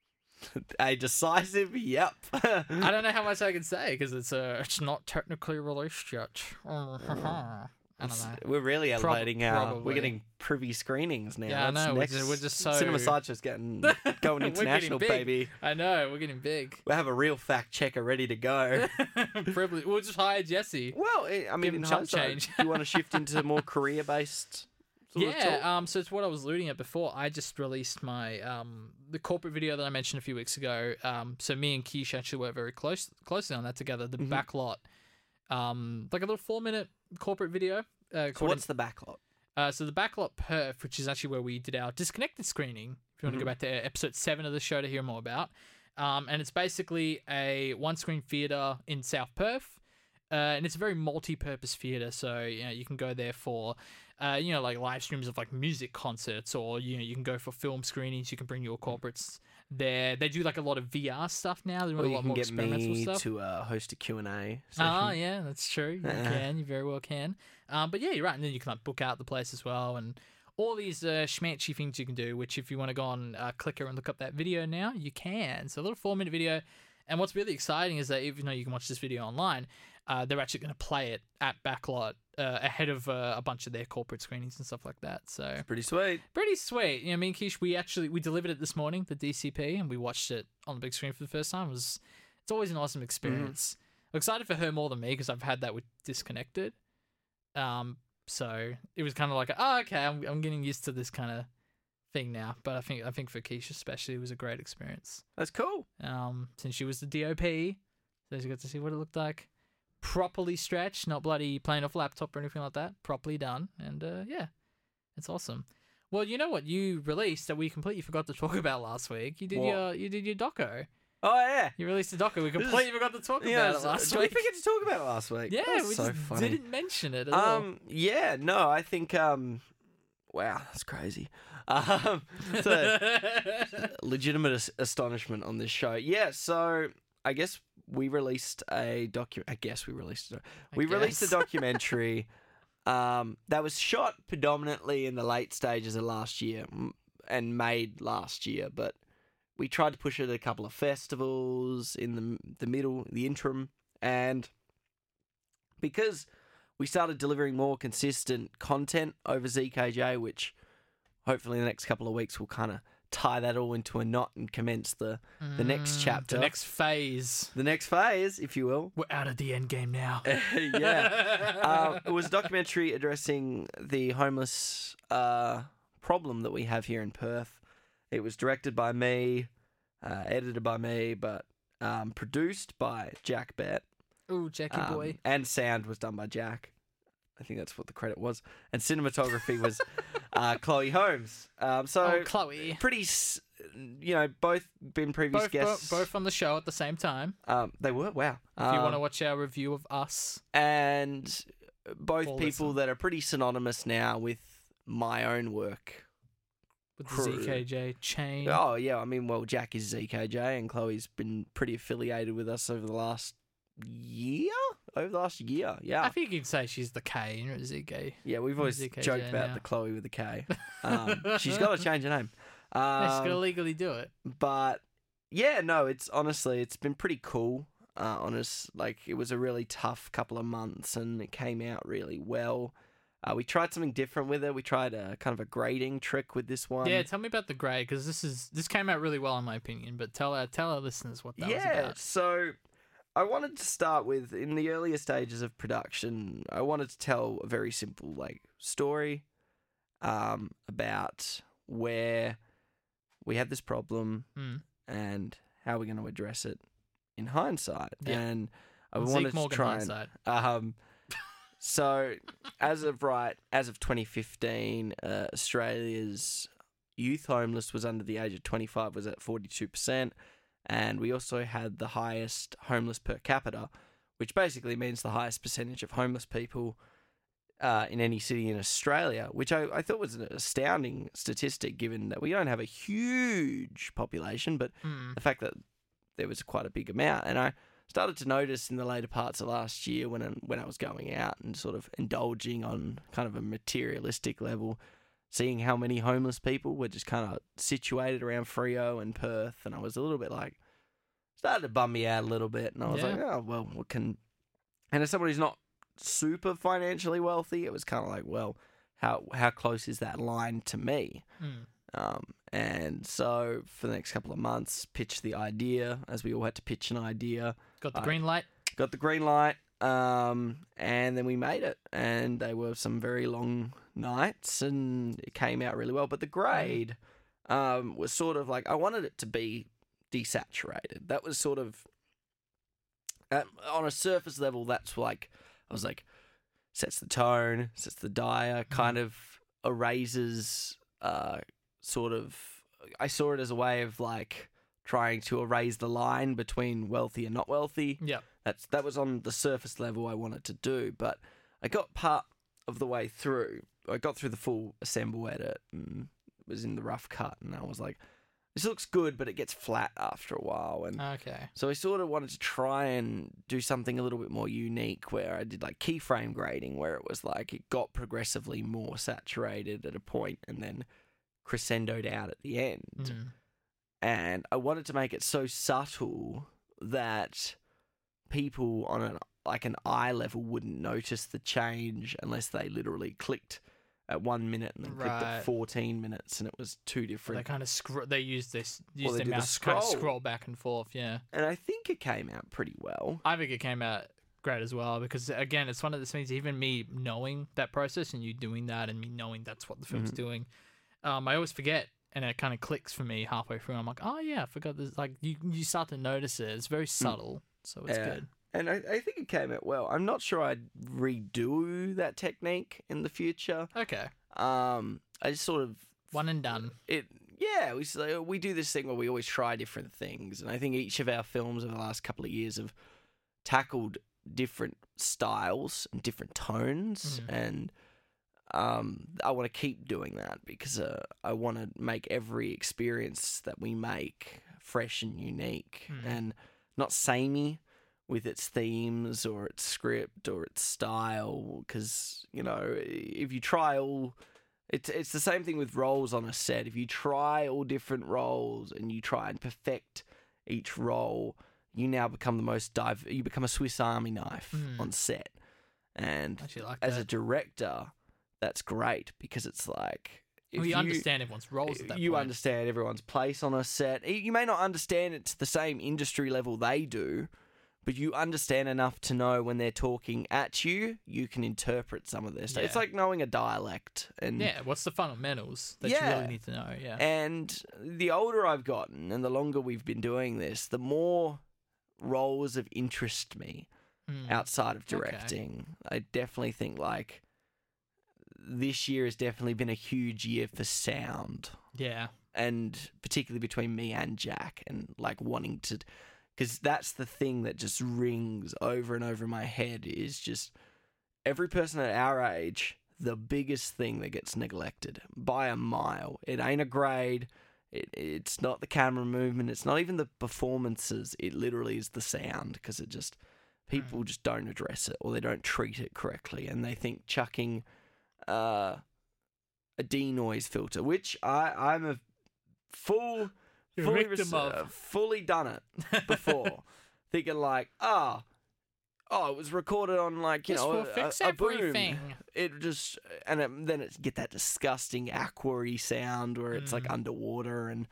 A: A decisive. Yep.
B: I don't know how much I can say because it's uh, it's not technically released yet. I don't know.
A: We're really
B: Prob-
A: elevating our. We're
B: probably.
A: getting privy screenings now.
B: Yeah, I
A: That's
B: know, we're
A: next-
B: ju- we're just so-
A: Cinema Sideshow's getting
B: We're
A: going
B: getting
A: international,
B: big.
A: baby.
B: I know we're getting big.
A: We have a real fact checker ready to go.
B: Privilege. We'll just hire Jesse.
A: well, eh, I I mean,
B: him
A: in
B: chump
A: hindsight,
B: change.
A: you want to shift into more career-based. Sort of talk?
B: yeah um so it's what i was alluding at before i just released my um the corporate video that i mentioned a few weeks ago um so me and keish actually worked very close closely on that together the
A: Mhm.
B: backlot um like a little four minute corporate video uh,
A: So
B: called
A: what's the backlot?
B: uh, so the backlot Perth, which is actually where we did our disconnected screening. If you want to
A: Mhm.
B: go back to episode seven of the show to hear more about, um, and it's basically a one-screen theater in South Perth, uh, and it's a very multi-purpose theater. So you know you can go there for, uh, you know, like live streams of like music concerts, or you know you can go for film screenings. You can bring your corporates there. They do like a lot of VR stuff now. They're
A: Or
B: doing a
A: you
B: lot
A: can
B: more
A: get
B: experimental
A: me
B: stuff.
A: to uh, host a Q and A.
B: Ah, yeah, that's true. You
A: Yeah.
B: can, you very well can. Um, but yeah, you're right. And then you can like book out the place as well, and all these uh, schmanchy things you can do. Which, if you want to go on uh, Clicker and look up that video now, you can. So a little four minute video. And what's really exciting is that even though you can watch this video online, uh, they're actually going to play it at Backlot uh, ahead of uh, a bunch of their corporate screenings and stuff like that. So
A: Pretty sweet.
B: pretty sweet. You know, me and Keish, we actually we delivered it this morning, the DCP, and we watched it on the big screen for the first time. It was it's always an awesome experience. I'm excited for her more than me because I've had that with Disconnected. Um, so it was kind of like, oh, okay, I'm I'm getting used to this kind of thing now. But I think I think for Keish especially, it was a great experience.
A: That's cool.
B: Um, since she was the DOP, so she got to see what it looked like. Properly stretched, not bloody playing off laptop or anything like that. Properly done, and uh, yeah, it's awesome. Well, you know what you released that we completely forgot to talk about last week. You did
A: What?
B: your you did your doco.
A: Oh yeah.
B: You released a doco. We
A: This is-
B: completely forgot to talk
A: Yeah,
B: about it
A: so-
B: last
A: did
B: week.
A: we forget to talk about it last week?
B: yeah,
A: That was
B: we
A: so
B: just
A: funny.
B: didn't mention it at all.
A: Um, yeah, no, I think um, wow, that's crazy. Um, so legitimate as- astonishment on this show. Yeah, so I guess we released a docu. I guess we released a
B: I
A: we released a
B: guess.
A: documentary um, that was shot predominantly in the late stages of last year m- and made last year, but we tried to push it at a couple of festivals in the the middle, the interim, and because we started delivering more consistent content over ZKJ, which hopefully in the next couple of weeks will kind of tie that all into a knot and commence the the next
B: Mm,
A: chapter.
B: the next phase.
A: the next phase, if you will.
B: We're out of the end game now.
A: Eh, yeah. uh, it was a documentary addressing the homeless uh, problem that we have here in Perth. It was directed by me, uh, edited by me, but um, produced by Jack Bett.
B: Ooh, Jackie
A: um,
B: boy.
A: And sound was done by Jack. I think that's what the credit was. And cinematography was uh, Chloe Holmes. Um, so
B: oh, Chloe.
A: pretty, s- you know, both been previous
B: both,
A: guests.
B: bo- both on the show at the same time.
A: Um, they were, wow.
B: If you want
A: Um,
B: to watch our review of us,
A: and both
B: Or
A: people
B: listen.
A: that are pretty synonymous now with my own work.
B: with the
A: crew.
B: ZKJ chain,
A: Oh yeah, I mean, well, Jack is ZKJ, and Chloe's been pretty affiliated with us over the last year. over the last year.
B: I
A: Yeah.
B: think you can say she's the K in Rizike.
A: Yeah, we've always
B: ZKJ
A: joked about
B: now.
A: the Chloe with the K. Um, she's got to change her name. Um,
B: she's gonna legally do it.
A: but yeah, no, it's honestly it's been pretty cool. Uh, honest, like it was a really tough couple of months, and it came out really well. Uh, we tried something different with it. We tried a kind of a grading trick with this one.
B: yeah, tell me about the grey because this is this came out really well in my opinion. But tell our tell our listeners what that was
A: yeah.
B: about.
A: So I wanted to start with in the earlier stages of production. I wanted to tell a very simple like story um, about where we had this problem
B: Mm.
A: and how we're going to address it in hindsight.
B: Yeah.
A: And I
B: Zeke
A: wanted
B: Morgan
A: to try and
B: hindsight.
A: um, so, as of right, as of 2015, uh, Australia's youth homeless was under the age of 25 was at 42%, and we also had the highest homeless per capita, which basically means the highest percentage of homeless people uh, in any city in Australia, which I, I thought was an astounding statistic, given that we don't have a huge population, but
B: Mm.
A: the fact that there was quite a big amount. And I started to notice in the later parts of last year when I, when I was going out and sort of indulging on kind of a materialistic level, seeing how many homeless people were just kind of situated around Frio and Perth, and I was a little bit like started to bum me out a little bit, and I was
B: Yeah.
A: like, oh well, what can? And as someone who's not super financially wealthy, it was kind of like, well, how how close is that line to me?
B: Mm.
A: Um, and so for the next couple of months, pitched the idea as we all had to pitch an idea.
B: Got the
A: I-
B: green light.
A: Got the green light, um, and then we made it. And they were some very long nights, and it came out really well. But the grade um, was sort of like I wanted it to be desaturated. That was sort of um, on a surface level. That's like I was like sets the tone, sets the dire, kind of erases uh, sort of. I saw it as a way of like trying to erase the line between wealthy and not wealthy.
B: Yeah.
A: That's that was on the surface level I wanted to do, but I got part of the way through. I got through the full assemble edit and was in the rough cut, and I was like, "This looks good, but it gets flat after a while." And
B: Okay.
A: so I sort of wanted to try and do something a little bit more unique where I did like keyframe grading, where it was like it got progressively more saturated at a point and then crescendoed out at the end.
B: Mm.
A: And I wanted to make it so subtle that people on an like an eye level wouldn't notice the change unless they literally clicked at one minute and then clicked
B: Right.
A: at 14 minutes and it was two different
B: They kind of scroll. They use this. Use
A: they
B: their
A: do the
B: mouse to kind of
A: scroll.
B: scroll back and forth. Yeah.
A: and i think it came out pretty well
B: I think it came out great as well because again, it's one of the things. Even me knowing that process and you doing that, and me knowing that's what the film's
A: Mhm.
B: doing, um, I always forget, and it kind of clicks for me halfway through. I'm like, oh yeah, I forgot this. Like you, you start to notice it. It's very subtle, so it's
A: Mm. Yeah.
B: good.
A: and I, I think it came out well. I'm not sure I'd redo that technique in the future.
B: Okay,
A: Um, I just sort of
B: one and done.
A: it. Yeah, we s- uh, we do this thing where we always try different things, and I think each of our films over the last couple of years have tackled different styles and different tones,
B: Mhm.
A: and um, I want to keep doing that because uh, I want to make every experience that we make fresh and unique,
B: Mhm.
A: and not samey with its themes or its script or its style because you know if you try all it's it's the same thing with roles on a set if you try all different roles and you try and perfect each role you now become the most dive you become a swiss army knife
B: Mm.
A: on set and
B: I Actually, like
A: as a
B: that.
A: director that's great because it's like if
B: we
A: you-
B: understand everyone's roles at that
A: you
B: point.
A: understand everyone's place on a set. You may not understand it to the same industry level they do, but you understand enough to know when they're talking at you, you can interpret some of their stuff. It's
B: Yeah.
A: like knowing a dialect and
B: Yeah, what's the fundamentals that you
A: Yeah.
B: really need to know? Yeah.
A: and the older I've gotten and the longer we've been doing this, the more roles of interest me
B: Mm.
A: outside of
B: Okay.
A: directing. I definitely think like this year has definitely been a huge year for sound.
B: Yeah.
A: and particularly between me and Jack, and like wanting to, because that's the thing that just rings over and over in my head is just every person at our age, the biggest thing that gets neglected by a mile. It ain't a grade. It, it's not the camera movement. It's not even the performances. It literally is the sound because it just people just don't address it or they don't treat it correctly and they think chucking uh, a denoise filter, which I, I'm a full,
B: You're a
A: fully,
B: victim
A: res-
B: of.
A: uh, fully done it before, thinking like, ah, oh, it was recorded on like you
B: This
A: know
B: will
A: a,
B: fix
A: a- a boom."
B: everything.
A: It just and it, then it get that disgusting aquary sound where it's like
B: Mm.
A: underwater and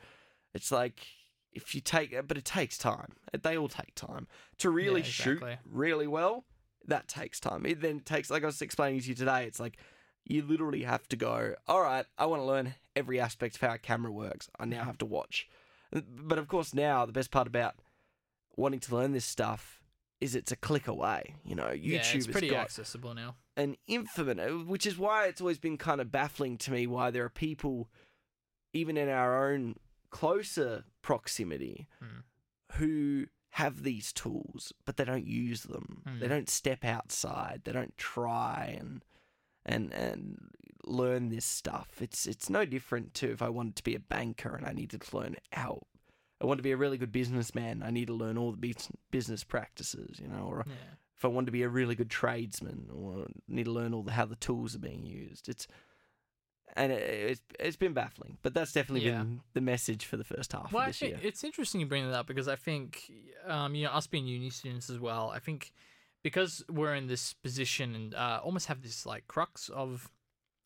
A: it's like if you take but it takes time. They all take time to really
B: exactly.
A: shoot really well. That takes time. It then takes like I was explaining to you today. It's like you literally have to go. All right, I want to learn every aspect of how a camera works. I now have to watch. But of course, now the best part about wanting to learn this stuff is it's a click away. You know, YouTube
B: yeah, it's
A: has
B: pretty
A: got
B: accessible now.
A: an infinite, which is why it's always been kind of baffling to me why there are people, even in our own closer proximity,
B: Hmm.
A: who have these tools but they don't use them. They
B: Hmm.
A: don't step outside. They don't try and and and learn this stuff. It's it's no different to if I wanted to be a banker and I needed to learn how. I want to be a really good businessman. I need to learn all the bus- business practices, you know, or
B: Yeah.
A: if I want to be a really good tradesman or need to learn all the, how the tools are being used. It's and it, it's it's been baffling, but that's definitely
B: Yeah.
A: been the message for the first half
B: Well,
A: of
B: I
A: this
B: think
A: year.
B: it's interesting you bring that up because I think, um, you know, us being uni students as well, I think because we're in this position and uh, almost have this like crux of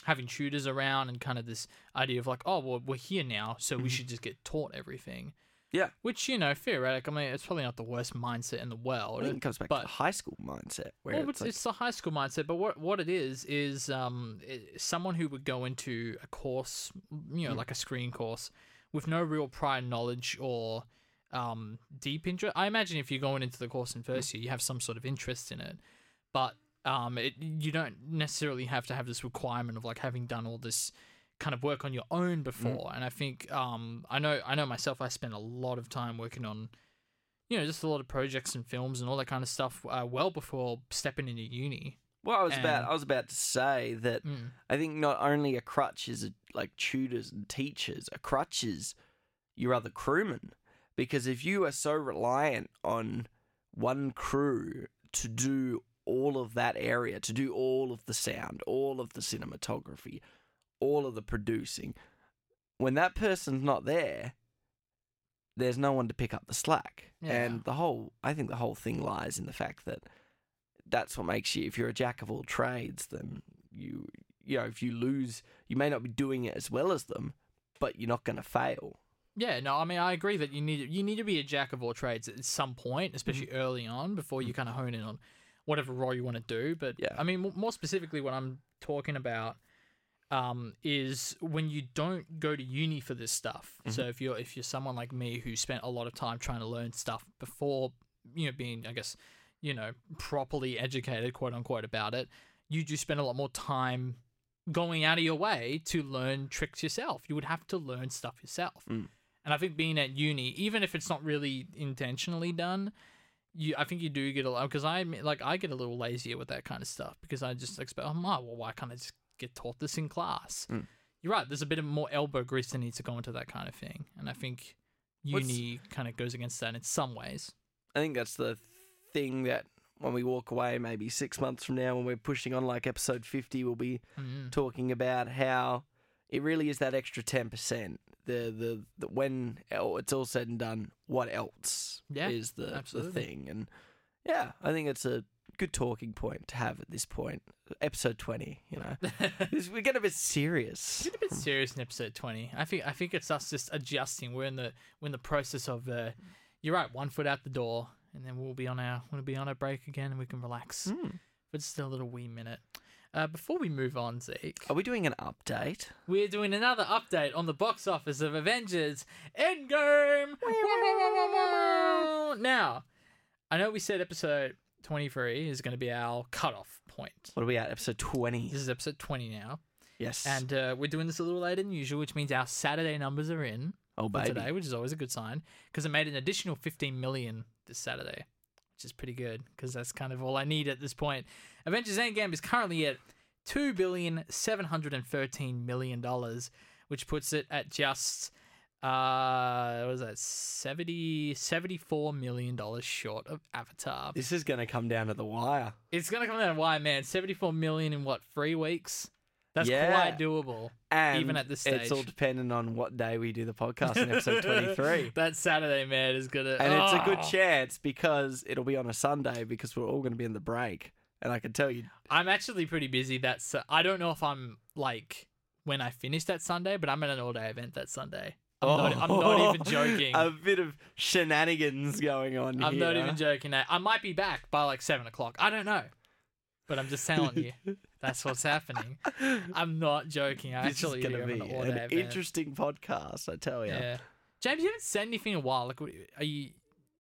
B: having tutors around and kind of this idea of like, oh, well, we're here now, so we
A: Mhm.
B: should just get taught everything.
A: Yeah.
B: Which, you know, theoretically, I mean, it's probably not the worst mindset in the world.
A: I think it comes back to
B: but-
A: the high school mindset where
B: Well,
A: it's
B: it's,
A: like,
B: it's the high school mindset, but what what it is is um i someone who would go into a course, you
A: Hmm.
B: know, like a screen course, with no real prior knowledge or um deep interest. I imagine if you're going into the course in
A: Hmm.
B: first year, you have some sort of interest in it, but um it you don't necessarily have to have this requirement of like having done all this kind of work on your
A: Hmm.
B: own before. And I think um I know I know myself. I spent a lot of time working on you know, just a lot of projects and films and all that kind of stuff uh, well before stepping into uni.
A: well, I was about
B: and-
A: I was about to say that
B: Mm.
A: I think not only a crutch is like tutors and teachers, a crutch is your other crewmen. Because if you are so reliant on one crew to do all of that area, to do all of the sound, all of the cinematography, all of the producing, when that person's not there, there's no one to pick up the slack.
B: Yeah.
A: And the whole, I think the whole thing lies in the fact that that's what makes you, if you're a jack of all trades, then you, you know, if you lose, you may not be doing it as well as them, but you're not going to fail.
B: Yeah, no, I mean I agree that you need you need to be a jack of all trades at some point, especially early on before you kind of hone in on whatever role you want to do. But
A: Yeah.
B: I mean, mo- more specifically, what I'm talking about um, is when you don't go to uni for this stuff. So if you're if you're someone like me who spent a lot of time trying to learn stuff before you know being, I guess, you know, properly educated, quote unquote, about it, you do spend a lot more time going out of your way to learn tricks yourself. You would have to learn stuff yourself.
A: Mm.
B: And I think being at uni, even if it's not really intentionally done, you I think you do get a lot because I admit, like I get a little lazier with that kind of stuff because I just expect, oh my, well, why can't I just get taught this in class?
A: Mm.
B: You're right. There's a bit of more elbow grease that needs to go into that kind of thing, and I think
A: What's-
B: uni kind of goes against that in some ways.
A: I think that's the thing that when we walk away, maybe six months from now, when we're pushing on like episode 50, we'll be
B: Mm.
A: talking about how it really is that extra 10%. The, the, the when el- it's all said and done, what else
B: Yeah,
A: is the, the
B: absolutely.
A: thing? And yeah, I think it's a good talking point to have at this point. Episode 20, you know, This- we get a bit serious.
B: It's a bit serious in episode twenty. I think I think it's us just adjusting. We're in the we're in the process of uh, you're right, one foot out the door, and then we'll be on our we'll be on our break again, and we can relax
A: Hmm.
B: for just a little wee minute. Uh, before we move on, Zeke,
A: Are we doing an update?
B: we're doing another update on the box office of Avengers Endgame. now, I know we said episode twenty three is going to be our cutoff point.
A: What are we at? Episode 20.
B: This is episode twenty now,
A: Yes.
B: and uh, we're doing this a little later than usual, which means our Saturday numbers are in
A: oh,
B: for
A: baby.
B: today, which is always a good sign because it made an additional 15 million this Saturday, which is pretty good because that's kind of all I need at this point. Avengers Endgame is currently at two billion seven hundred and thirteen million dollars, which puts it at just uh what was that 70 74 million dollars short of avatar
A: This is going to come down to the wire.
B: it's gonna come down to why man 74 million in what three weeks that's
A: Yeah.
B: quite doable
A: And
B: Even at this
A: it's all
B: stage.
A: dependent on what day we do the podcast in episode 23.
B: that saturday man is gonna
A: And it's a good
B: Oh.
A: chance because it'll be on a Sunday because we're all going to be in the break. And I can tell you,
B: i'm actually pretty busy that's i don't know if i'm like when i finish that sunday but i'm at an all-day event that sunday i'm, not, I'm not even joking
A: A bit of shenanigans going on
B: I'm
A: here.
B: not even joking. I I might be back by like seven o'clock. I don't know, but I'm just telling you, that's what's happening. I'm not joking. I
A: This is
B: actually
A: going to
B: do
A: be
B: have an all
A: an
B: day event.
A: interesting podcast, I tell you.
B: Yeah, James, you haven't said anything in a while. Like, what- are you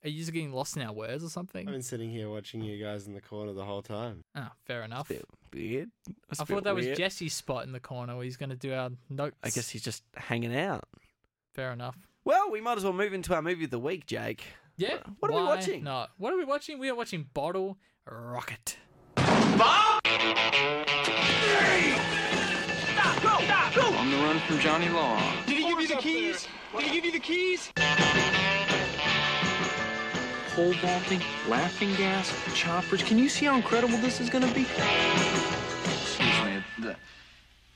B: are you just getting lost in our words or something?
C: I've been sitting here watching you guys in the corner the whole time.
B: oh, fair enough.
A: bit- Weird. It's a
B: I thought
A: bit
B: that was
A: weird.
B: Jesse's spot in the corner where he's going to do our notes.
A: I guess he's just hanging out.
B: fair enough.
A: Well, we might as well move into our movie of the week, Jake.
B: Yeah.
A: Wha- what are we
B: why
A: watching?
B: Not. What are we watching? We are watching Bottle Rocket.
D: On the run from Johnny Law.
E: Did he give you the keys? Did he give you the keys?
D: Pole vaulting, laughing gas, choppers. Can you see how incredible this is going to be? Excuse me. The,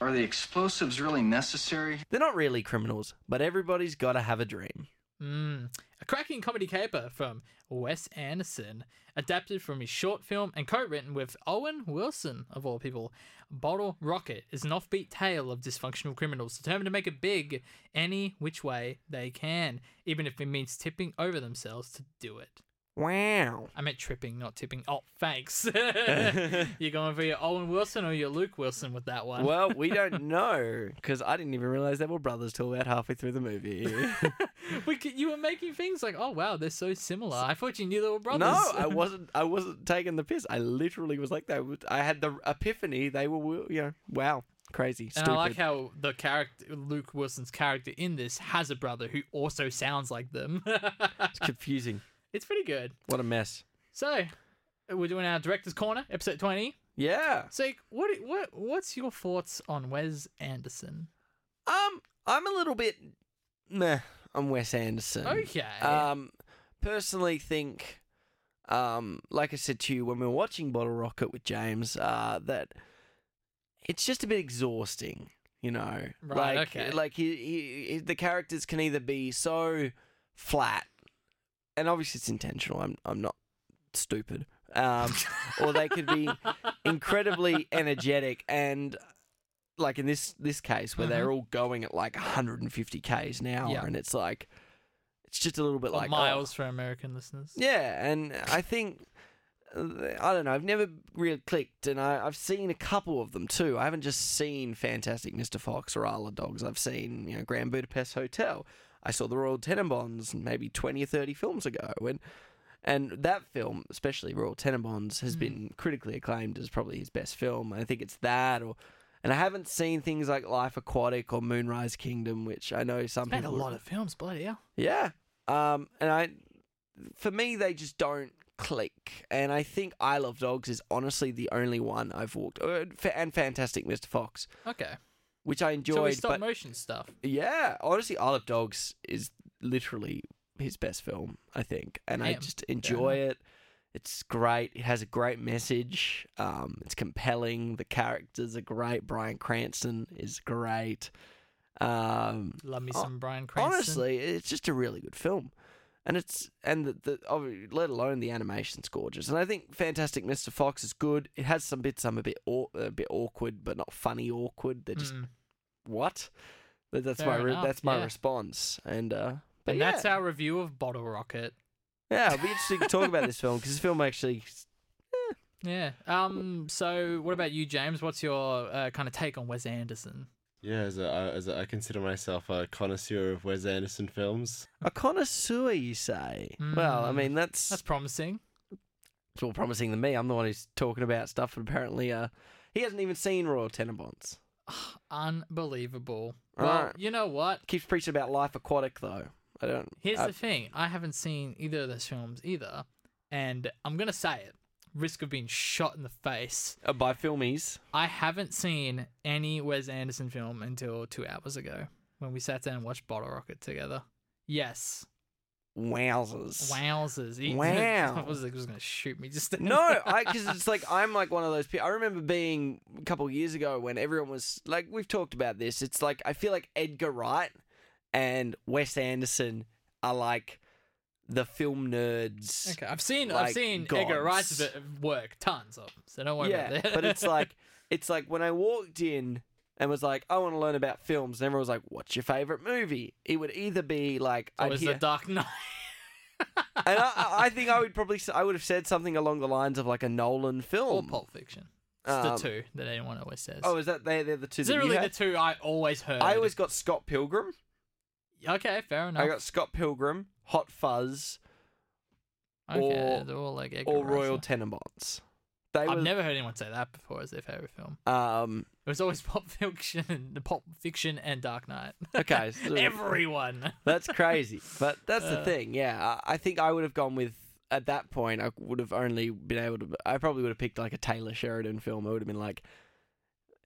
D: are the explosives really necessary?
A: They're not really criminals, but everybody's got to have a dream.
B: Mm. A cracking comedy caper from Wes Anderson, adapted from his short film and co written with Owen Wilson, of all people. Bottle Rocket is an offbeat tale of dysfunctional criminals determined to make it big any which way they can, even if it means tipping over themselves to do it.
A: Wow.
B: I meant tripping, not tipping. Oh, thanks. You're going for your Owen Wilson or your Luke Wilson with that one.
A: Well, we don't know because I didn't even realize they were brothers till about halfway through the movie.
B: we could, you were making things like, oh, wow, they're so similar. I thought you knew they were brothers.
A: no, I wasn't. I wasn't taking the piss. I literally was like that. I had the epiphany. They were, you know, wow, crazy,
B: And
A: stupid.
B: I like how the character Luke Wilson's character in this has a brother who also sounds like them.
A: it's confusing.
B: it's pretty good.
A: What a mess.
B: So we're doing our director's corner, episode twenty.
A: Yeah.
B: So what what what's your thoughts on Wes Anderson?
A: Um, I'm a little bit meh on Wes Anderson.
B: Okay.
A: Um, personally think, um, like I said to you when we were watching Bottle Rocket with James, uh, that it's just a bit exhausting. You know,
B: Right,
A: like
B: okay.
A: like he, he, he, the characters can either be so flat, and obviously it's intentional. I'm I'm not stupid. Um, or they could be incredibly energetic and like in this this case where they're all going at like 150 k's an hour
B: Mm-hmm. Yeah.
A: and it's like it's just a little bit
B: Or
A: like oh.
B: miles for American listeners.
A: yeah and i think uh, i don't know i've never really clicked and I, i've seen a couple of them too i haven't just seen fantastic mr fox or isle of dogs i've seen you know grand budapest hotel i saw the royal tenenbaums maybe 20 or 30 films ago and and that film, especially Royal Tenenbaums,
B: Hmm.
A: has been critically acclaimed as probably his best film. I think it's that, or and I haven't seen things like Life Aquatic or Moonrise Kingdom, which I know some
B: Made a
A: people
B: lot of films, bloody hell.
A: yeah. Um, and I, for me, they just don't click. And I think I Love Dogs is honestly the only one I've walked, uh, fa- and Fantastic Mr. Fox,
B: Okay.
A: which I
B: so we
A: enjoyed.
B: stop
A: but
B: motion stuff.
A: yeah, honestly, I Love Dogs is literally his best film, I think, and I
B: Damn.
A: just enjoy it. It's great. It has a great message. Um, it's compelling. The characters are great. Brian Cranston is great. Um,
B: Love me
A: Oh,
B: some Brian Cranston.
A: Honestly, it's just a really good film, and it's and the, the obvi- let alone the animation's gorgeous. And I think Fantastic Mr. Fox is good. It has some bits I'm a bit aw- a bit awkward, but not funny awkward. They're just
B: Mm.
A: what. But that's my
B: Fair
A: re-
B: enough,
A: that's my
B: yeah.
A: response. And uh, but
B: and
A: yeah,
B: that's our review of Bottle Rocket.
A: yeah, it'll be interesting to talk about this film because this film actually
B: Yeah. Um. So, what about you, James? What's your uh, kind of take on Wes Anderson?
C: Yeah, as a, I- as a, I consider myself a connoisseur of Wes Anderson films.
A: a connoisseur. You say? Well, I
B: Mm.
A: mean that's
B: That's promising.
A: it's more promising than me. I'm the one who's talking about stuff, and apparently, uh, he hasn't even seen Royal Tenenbaums.
B: Unbelievable.
A: All
B: Well,
A: right.
B: you know what?
A: keeps preaching about life aquatic though. I don't.
B: Here's
A: I-
B: the thing. I haven't seen either of those films either, and I'm gonna say it. Risk of being shot in the face.
A: uh, by filmies.
B: I haven't seen any Wes Anderson film until two hours ago. when we sat down and watched Bottle Rocket together. Yes.
A: Wowzers.
B: Wowzers. He-
A: Wow.
B: I was like, he was going to shoot me just then.
A: No, because it's like I'm like one of those people. I remember being a couple of years ago when everyone was like, we've talked about this. It's like I feel like Edgar Wright and Wes Anderson are like the film nerds.
B: Okay, I've seen I've
A: Like
B: seen Edgar Wright's
A: gods.
B: bit of work tons of, so don't worry
A: yeah,
B: about that.
A: but it's like it's like when I walked in and was like, I want to learn about films, and everyone was like, "What's your favorite movie?" It would either be like,
B: it
A: I'd
B: was
A: hear-
B: the Dark Knight.
A: and I- I, I think I would probably s- I would have said something along the lines of like a Nolan
B: or
A: film.
B: Pulp Fiction. It's the
A: um,
B: two that anyone always says.
A: Oh, is that they? They're the two.
B: It's
A: that you
B: literally the
A: had?
B: two I always heard.
A: I always got Scott Pilgrim.
B: okay, fair enough.
A: I got Scott Pilgrim, Hot Fuzz,
B: okay,
A: or-
B: they're all like Edgar
A: or
B: Wright's
A: Royal
B: stuff.
A: Tenenbaums. They
B: I've
A: were
B: never heard anyone say that before as their favorite film.
A: um
B: It was always Pulp Fiction, the Pulp Fiction, and Dark Knight.
A: okay. so-
B: Everyone.
A: That's crazy. But that's the
B: Uh.
A: thing. Yeah, I, I think I would have gone with at that point. I would have only been able to. I probably would have picked like a Taylor Sheridan film. It would have been like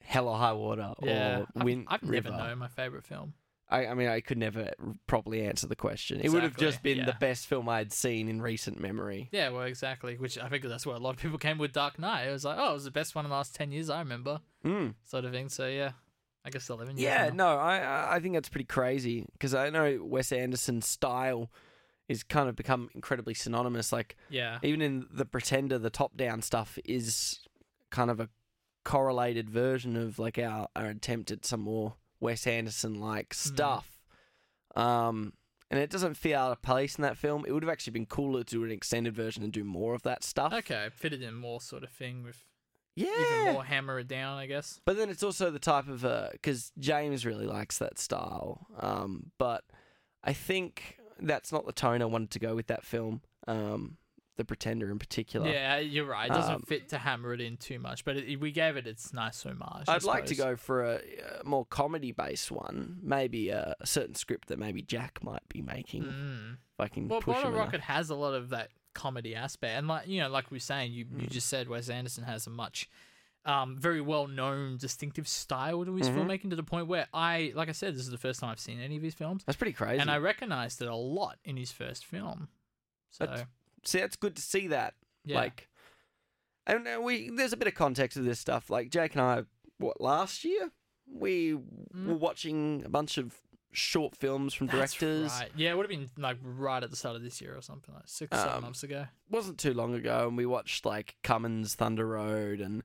A: Hell or High Water
B: yeah,
A: or Wind
B: I've, I've
A: River.
B: never known my favorite film.
A: I, I mean, I could never properly answer the question. It would have
B: Exactly,
A: just been the
B: yeah.
A: best film I'd seen in recent memory.
B: Yeah, well, exactly. Which I think that's where a lot of people came with Dark Knight. It was like, oh, it was the best one in the last ten years I remember,
A: Mm.
B: sort of thing. So yeah, I guess eleven years.
A: Yeah,
B: now.
A: no, I- I I think that's pretty crazy because I know Wes Anderson's style is kind of become incredibly synonymous. Like
B: yeah.
A: even in the Pretender, the top-down stuff is kind of a correlated version of like our our attempt at some more Wes
B: Mm.
A: Anderson-like stuff. Um, and it doesn't feel out of place in that film. It would have actually been cooler to do an extended version and do more of that stuff.
B: Okay, fitted in more sort of thing with
A: Yeah.
B: even more hammer it down, I guess.
A: But then it's also the type of because James really likes that style. Um, but I think that's not the tone I wanted to go with that film. Um, the Pretender in particular.
B: Yeah, you're right. It doesn't
A: Um,
B: fit to hammer it in too much, but it, we gave it its nice homage. I
A: I'd like to
B: suppose.
A: go for a, uh more comedy-based one, maybe a, a certain script that maybe Jack might be making.
B: Mm.
A: If I can
B: Well,
A: push
B: Bottle
A: him enough.
B: Rocket has a lot of that comedy aspect, and like you know, like we were saying, you
A: Mm.
B: you just said Wes Anderson has a much, um, very well known distinctive style to his
A: Mm-hmm.
B: filmmaking to the point where I, like I said, this is the first time I've seen any of his films,
A: That's pretty crazy.
B: and I recognized it a lot in his first film. So
A: That's- See, that's good to see that.
B: yeah,
A: Like, and uh, we there's a bit of context to this stuff. Like Jake and I, what last year we were watching a bunch of short films from
B: Mm. That's
A: directors.
B: right. Yeah, it would have been like right at the start of this year or something, like six, seven
A: Um,
B: months ago.
A: wasn't too long ago, and we watched like Cummins' Thunder Road and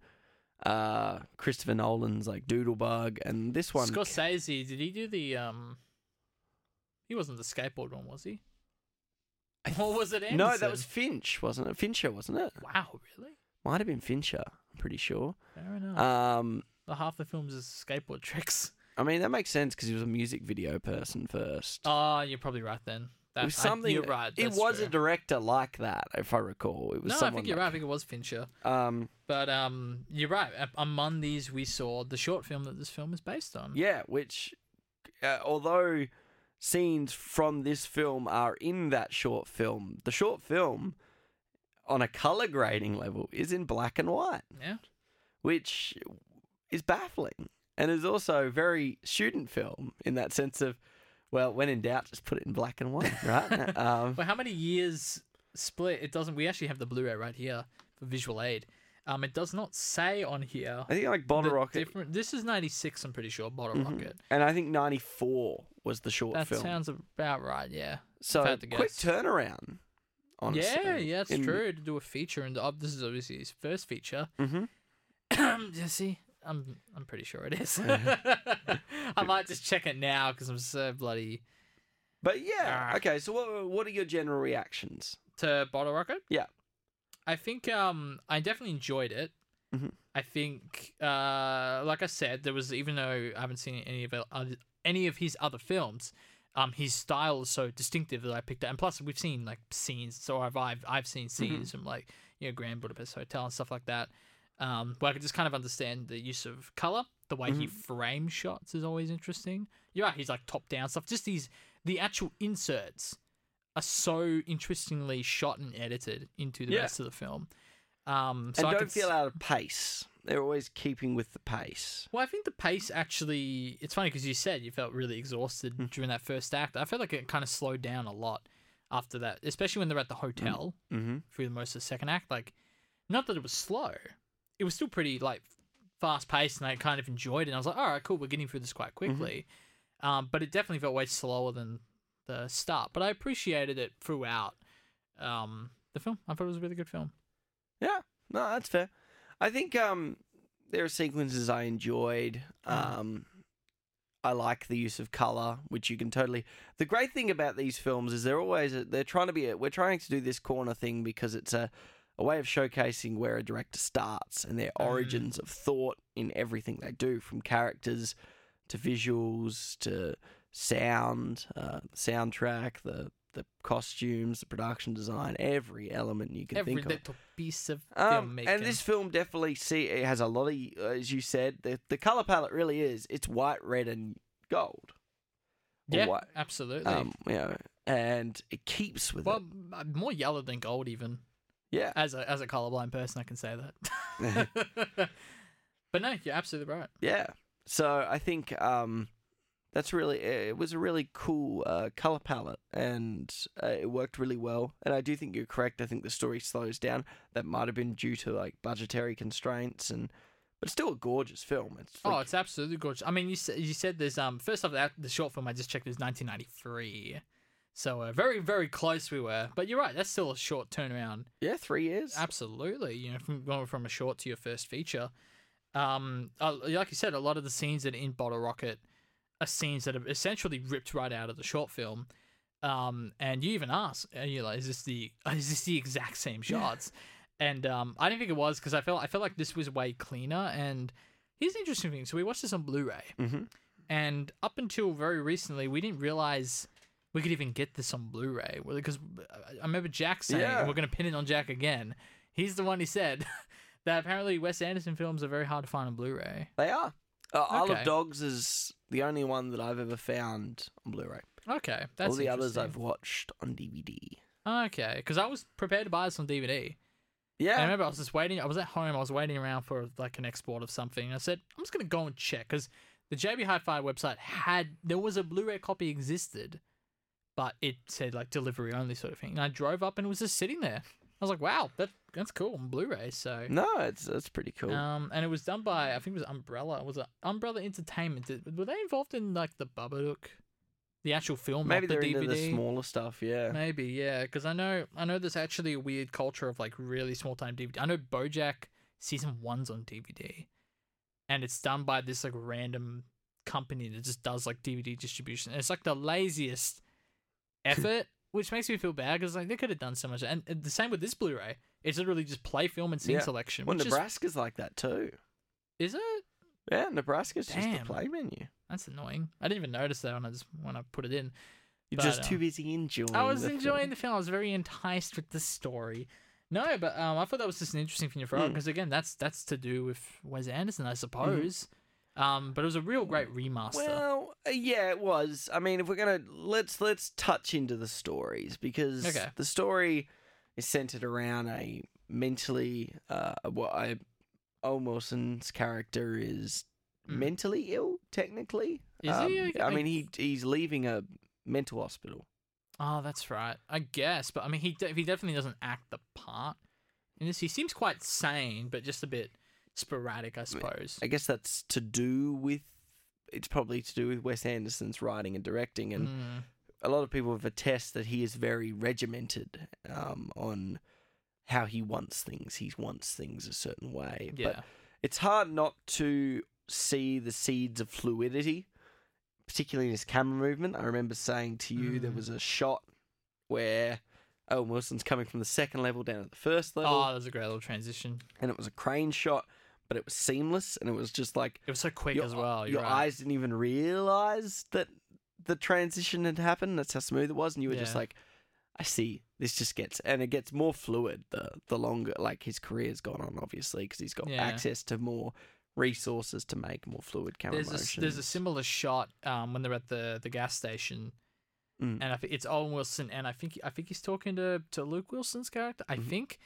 A: uh Christopher Nolan's like Doodlebug, and this one.
B: Scorsese, did he do the um? He wasn't the skateboard one, was he? Or was it Anderson?
A: no, that was Finch, wasn't it? Fincher, wasn't it?
B: wow, really?
A: Might have been Fincher. I'm pretty sure.
B: Fair enough.
A: Um,
B: the half the films is skateboard tricks.
A: I mean that makes sense because he was a music video person first.
B: Oh, you're probably right then.
A: It
B: That,
A: was
B: something.
A: something.
B: you're right.
A: It
B: that's
A: was
B: true.
A: a director like that, if I recall. It was
B: No, I
A: someone
B: think you're
A: like-
B: right. I think it was Fincher.
A: Um,
B: But um, you're right. A- Among these, we saw the short film that this film is based on.
A: yeah, which, uh, although scenes from this film are in that short film, the short film, on a color grading level, is in black and white,
B: Yeah.
A: which is baffling and is also very student film in that sense of, well, when in doubt, just put it in black and white, right? um,
B: But how many years split? It doesn't. We actually have the Blu-ray right here for visual aid. Um, it does not say on here.
A: I think like Bottle
B: the
A: Rocket,
B: different- this is '96. I'm pretty sure. Bottle Rocket.
A: and I think '94 was the short
B: That
A: film.
B: sounds about right. Yeah.
A: So
B: If I had to
A: quick
B: guess.
A: turnaround. Honestly.
B: Yeah, yeah, it's
A: In-
B: true to do a feature, and oh, this is obviously his first feature.
A: Mhm.
B: yeah, see, I'm I'm pretty sure it is. I might just check it now because I'm so bloody
A: But yeah,
B: Ah.
A: okay. So what what are your general reactions?
B: to Bottle Rocket.
A: Yeah.
B: I think um I definitely enjoyed it.
A: Mhm.
B: I think uh like I said, there was even though I haven't seen any of el- other, any of his other films. Um, his style is so distinctive that I picked up, and plus we've seen like scenes. So I've I've, I've seen
A: Mm-hmm.
B: scenes from like you know Grand Budapest Hotel and stuff like that. Um, where I could just kind of understand the use of color, the way
A: Mm-hmm.
B: he frames shots is always interesting. You're right, he's like top down stuff. Just these the actual inserts are so interestingly shot and edited into the
A: Yeah.
B: rest of the film. Um, so
A: and
B: I
A: don't
B: could s-
A: feel out of pace. They're always keeping with the pace.
B: Well, I think the pace actually. It's funny because you said you felt really
A: Hmm.
B: exhausted during that first act. I felt like it kind of slowed down a lot after that, especially when they're
A: Hmm.
B: at the hotel
A: Mhm.
B: through the most of the second act. Like, not that it was slow, it was still pretty like fast paced, and I kind of enjoyed it. And I was like, all right, cool, we're getting through this quite
A: Mm-hmm.
B: quickly. Um, but it definitely felt way slower than the start. But I appreciated it throughout um, the film. I thought it was a really good film.
A: Yeah, no, that's fair. I think um, there are sequences I enjoyed. Um, I like the use of color, which you can totally. The great thing about these films is they're always they're trying to be. We're trying to do this corner thing because it's a a way of showcasing where a director starts and their origins of thought in everything they do, from characters to visuals to sound, uh, soundtrack, the the costumes, the production design, every element you can
B: Every
A: think of.
B: little piece of
A: Um,
B: filmmaking.
A: and this film definitely see it has a lot of, uh, as you said, the the color palette really is. It's white, red, and gold. Or
B: yeah,
A: white.
B: absolutely.
A: Um, you know, and it keeps with
B: Well,
A: it.
B: m- more yellow than gold, even
A: Yeah,
B: as a as a colorblind person, I can say that. but no, you're absolutely right.
A: yeah. So I think um, that's really it was a really cool uh, color palette, and uh, it worked really well. And I do think you're correct. I think the story slows down. That might have been due to like budgetary constraints, and but it's still a gorgeous film. It's
B: oh,
A: like,
B: it's absolutely gorgeous. I mean, you said you said there's um first off that the short film I just checked is 1993, so uh, very very close we were. But you're right, that's still a short turnaround.
A: yeah, three years.
B: Absolutely, you know, from going from a short to your first feature. Um, uh, like you said, a lot of the scenes that are in Bottle Rocket are scenes that are essentially ripped right out of the short film. Um, and you even ask, and you're like, "Is this the is this the exact same shots?" And um, I didn't think it was because I felt I felt like this was way cleaner. And here's the interesting thing: so we watched this on Blu-ray,
A: Mhm.
B: and up until very recently, we didn't realize we could even get this on Blu-ray because I remember Jack saying
A: Yeah.
B: we're going to pin it on Jack again. He's the one who said that apparently Wes Anderson films are very hard to find on Blu-ray.
A: They are. Uh, Isle
B: Okay.
A: of Dogs is the only one that I've ever found on Blu-ray.
B: Okay, that's
A: All the others I've
B: interesting.
A: watched on DVD.
B: Okay, because I was prepared to buy this on DVD. And I
A: Yeah,
B: remember I was just waiting. I was at home. I was waiting around for like an export of something. And I said, I'm just gonna go and check because the JB Hi-Fi website had there was a Blu-ray copy existed, but it said like delivery only sort of thing. And I drove up and it was just sitting there. I was like, wow, that that's cool on Blu-ray. So.
A: no, it's that's pretty Mm, cool.
B: Um, and it was done by I think it was Umbrella. It was a Umbrella Entertainment. Did, were they involved in like the Babadook, the actual film,
A: Maybe
B: not
A: they're
B: the DVD?
A: into the smaller stuff. Yeah,
B: Maybe, yeah, because I know I know there's actually a weird culture of like really small time DVD. I know BoJack season one's on DVD, and it's done by this like random company that just does like DVD distribution. And it's like the laziest effort, which makes me feel bad because like they could have done so much. And, and the same with this Blu-ray, it's literally just play film and scene
A: Yeah.
B: selection.
A: well,
B: which is-
A: Nebraska's like that too.
B: is it?
A: Yeah, Nebraska's just
B: Damn.
A: a play menu.
B: That's annoying. I didn't even notice that when I just when I put it in.
A: You're
B: But,
A: just
B: um,
A: too busy enjoying.
B: I was
A: the
B: enjoying
A: film.
B: the film. I was very enticed with the story. No, but um, I thought that was just an interesting thing to throw out
A: Mm.
B: because again, that's that's to do with Wes Anderson,
A: Mm-hmm.
B: I suppose. Um, but it was a real great remaster.
A: Well, uh, yeah, it was. I mean, if we're gonna let's let's touch into the stories because
B: Okay.
A: the story is centered around a mentally uh what I O Wilson's character is
B: Mm.
A: mentally ill technically.
B: Is he?
A: Um,
B: I-
A: I
B: I-
A: mean, he he's leaving a mental hospital.
B: oh, that's right. I guess, but I mean, he de- he definitely doesn't act the part in this. He seems quite sane, but just a bit sporadic, I suppose.
A: I guess that's to do with it's probably to do with Wes Anderson's writing and directing and
B: Mm.
A: a lot of people have attest that he is very regimented um, on how he wants things. He wants things a certain way.
B: Yeah.
A: But it's hard not to see the seeds of fluidity, particularly in his camera movement. I remember saying to you there
B: Mm.
A: was a shot where Owen Wilson's coming from the second level down at the first level,
B: Oh, that was a great little transition.
A: and it was a crane shot, but it was seamless, and it was just like
B: It was so quick
A: your,
B: as well. You're
A: your
B: right.
A: eyes didn't even realize that the transition had happened. That's how smooth it was, and you were just
B: Yeah.
A: like, "I see." This just gets, and it gets more fluid the the longer like his career's gone on, obviously, because he's got
B: Yeah.
A: access to more resources to make more fluid camera
B: there's a, there's a
A: motions.
B: similar shot um, when they're at the, the gas station,
A: Mm.
B: and I think it's Owen
A: Mm-hmm.
B: Wilson, and I think I think he's talking to, to Luke Wilson's character, I think,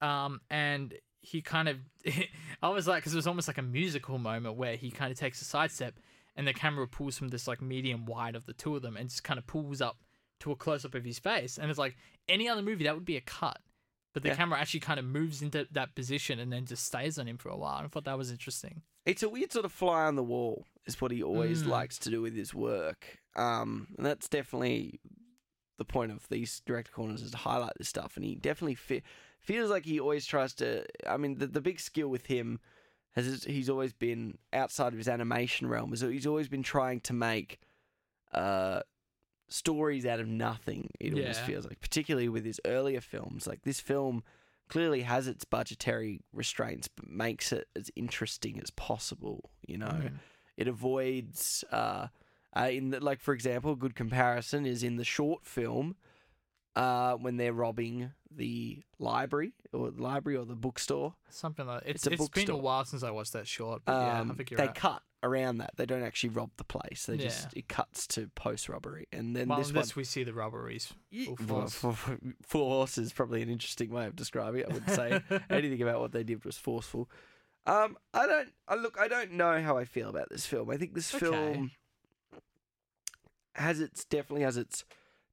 B: um, and he kind of, I was like, because it was almost like a musical moment where he kind of takes a sidestep and the camera pulls from this like medium wide of the two of them and just kind of pulls up to a close up of his face. And it's like any other movie, that would be a cut. But the
A: Yeah.
B: camera actually kind of moves into that position and then just stays on him for a while. And I thought that was interesting.
A: It's a weird sort of fly on the wall, is what he always
B: Mm.
A: likes to do with his work. Um, and that's definitely the point of these director corners is to highlight this stuff. And he definitely fe- feels like he always tries to. I mean, the, the big skill with him has is he's always been outside of his animation realm, is that he's always been trying to make uh, stories out of nothing. It almost
B: Yeah.
A: feels like, particularly with his earlier films. Like this film clearly has its budgetary restraints, but makes it as interesting as possible. You know,
B: Mm.
A: it avoids. Uh, uh, in the, like, for example, a good comparison is in the short film uh, when they're robbing the library or the library or the bookstore.
B: Something like
A: It's
B: it's,
A: a
B: it's been a
A: bookstore.
B: while since I watched that short, but yeah, I
A: Um,
B: think you're
A: they
B: right.
A: cut around that. They don't actually rob the place. They just
B: Yeah.
A: it cuts to post robbery, and then
B: well,
A: this
B: in
A: one
B: this we see the robberies.
A: Ye-
B: Full
A: well,
B: force.
A: full- full- full horse is probably an interesting way of describing it. I wouldn't say anything about what they did was forceful. Um, I don't. I look. I don't know how I feel about this film. I think this
B: Okay.
A: film has its definitely has its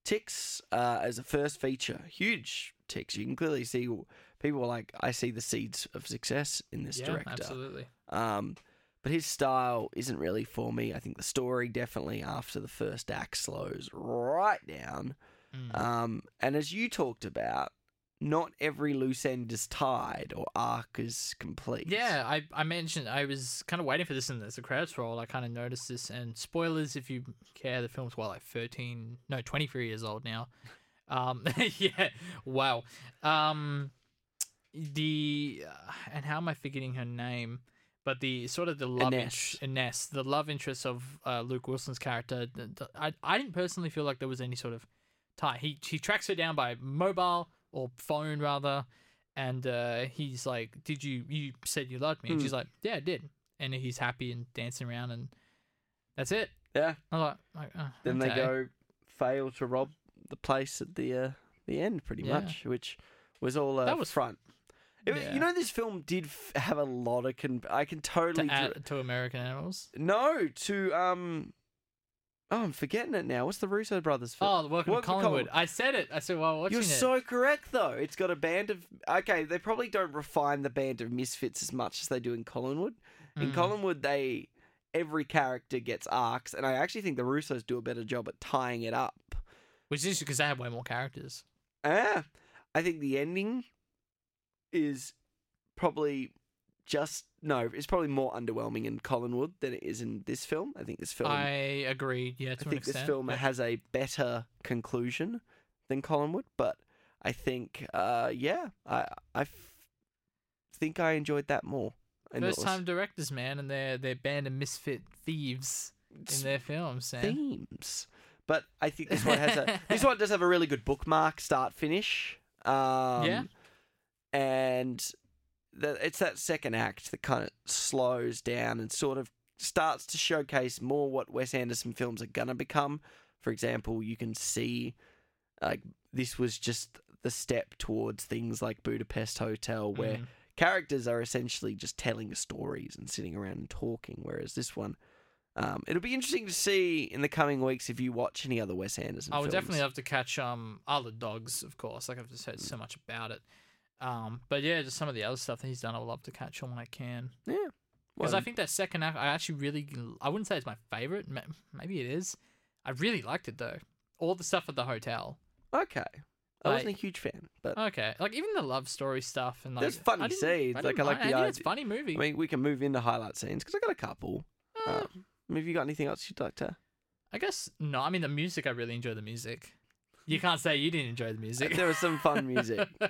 A: ticks uh, as a first feature. Huge ticks. You can clearly see people are like I see the seeds of success in this
B: yeah,
A: director.
B: absolutely.
A: Um, but his style isn't really for me. I think the story definitely after the first act slows right down.
B: Mm.
A: Um, and as you talked about, not every loose end is tied or arc is complete.
B: Yeah, I, I mentioned I was kind of waiting for this in the credits roll. I kind of noticed this, and spoilers if you care, the film's what like thirteen, no, twenty three years old now. Um, yeah, wow. Um, the uh, and how am I forgetting her name? But the sort of the love
A: Ines.
B: interest, Ines, the love interest of uh, Luke Wilson's character, the, the- I I didn't personally feel like there was any sort of tie. He he tracks her down by mobile or phone rather, and uh, he's like, "Did you you said you loved me?" And
A: Hmm.
B: she's like, "Yeah, I did." And he's happy and dancing around, and that's it.
A: Yeah.
B: I'm like, like, uh,
A: Then they
B: okay.
A: go fail to rob the place at the uh, the end, pretty
B: Yeah.
A: much, which was all uh,
B: That was-
A: front. It was-
B: Yeah.
A: You know, this film did f- have a lot of. Con- I can totally.
B: to,
A: dr-
B: add, to American Animals.
A: no, to um. Oh, I'm forgetting it now. What's the Russo brothers film?
B: Oh, welcome,
A: Welcome to
B: to Collingwood.
A: Collingwood.
B: I said it. I said while watching
A: You're
B: it.
A: so correct, though. It's got a band of. Okay, they probably don't refine the band of misfits as much as they do in Collinwood. In
B: Mm.
A: Collinwood, they every character gets arcs, and I actually think the Russos do a better job at tying it up.
B: Which is because they have way more characters.
A: Ah, I think the ending is probably just no. It's probably more underwhelming in Collinwood than it is in this film. I think this film.
B: I agreed. Yeah, to
A: I
B: an
A: think
B: extent.
A: this film
B: but-
A: has a better conclusion than Collinwood, but I think, uh, yeah, I I f- think I enjoyed that more. And it
B: First
A: was
B: time directors, man, and their their band of misfit thieves in their films, Sam.
A: themes, but I think this one has a this one does have a really good bookmark, start finish. Um,
B: Yeah.
A: and the, it's that second act that kind of slows down and sort of starts to showcase more what Wes Anderson films are gonna become. For example, you can see like this was just the step towards things like Budapest Hotel, where
B: Mm.
A: characters are essentially just telling stories and sitting around and talking. Whereas this one, um, it'll be interesting to see in the coming weeks if you watch any other Wes Anderson.
B: I would
A: films.
B: definitely love to catch um other dogs, of course. Like I've just heard
A: Mm.
B: so much about it. Um, but yeah, just some of the other stuff that he's done, I would love to catch on when I can.
A: yeah.
B: Because
A: Well,
B: I think that second act, I actually really, I wouldn't say it's my favorite. ma- Maybe it is. I really liked it though. All the stuff at the hotel.
A: okay. I wasn't
B: like-
A: a huge fan, but
B: Okay, like even the love story stuff and like
A: There's funny
B: I didn't-
A: scenes,
B: I
A: like,
B: didn't
A: I like
B: mind-
A: the
B: I think it's a
A: idea-
B: funny movie.
A: I mean, we can move into highlight scenes because I got a couple.
B: Uh,
A: Um, have you got anything else you'd like to?
B: I guess no. I mean the music, I really enjoy the music. You can't say you didn't enjoy the music.
A: There was some fun music. I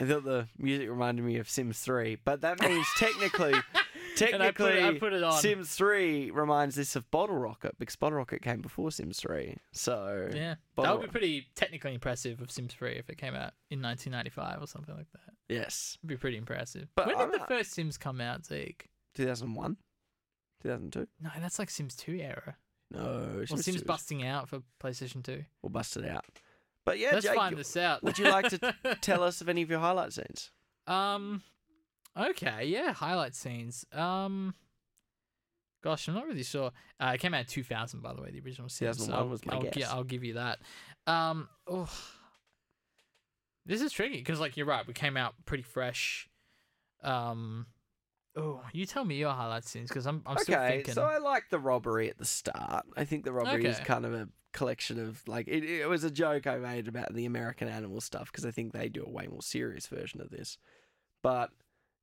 A: thought the music reminded me of Sims 3, but that means technically,
B: And I put
A: technically,
B: it- I put it on.
A: Sims 3 reminds this of Bottle Rocket because Bottle Rocket came before Sims 3. So
B: yeah, that
A: Bottle
B: would be
A: Rocket.
B: pretty technically impressive of Sims 3 if it came out in 1995 or something like that.
A: yes,
B: It'd be pretty impressive.
A: But
B: when
A: I'm
B: did the
A: not-
B: first Sims come out, Zeke?
A: 2001, 2002.
B: No, that's like Sims 2 era.
A: No,
B: Or
A: Sims,
B: Sims
A: 2
B: busting out for PlayStation 2.
A: will bust it out. But yeah,
B: Let's
A: Jake,
B: find this out.
A: would you like to tell us of any of your highlight scenes?
B: Um, Okay, yeah, highlight scenes. Um, gosh, I'm not really sure. Uh, it came out in 2000, by the way, the original series.
A: 2001
B: I'll,
A: was my
B: I'll, gi-
A: guess.
B: I'll give you that. Um, oh, this is tricky because, like, you're right. We came out pretty fresh. Um, oh, you tell me your highlight scenes because I'm I'm still
A: okay,
B: thinking.
A: so I like the robbery at the start. I think the robbery is
B: Okay.
A: kind of a collection of like it, it was a joke I made about the American animal stuff because I think they do a way more serious version of this, but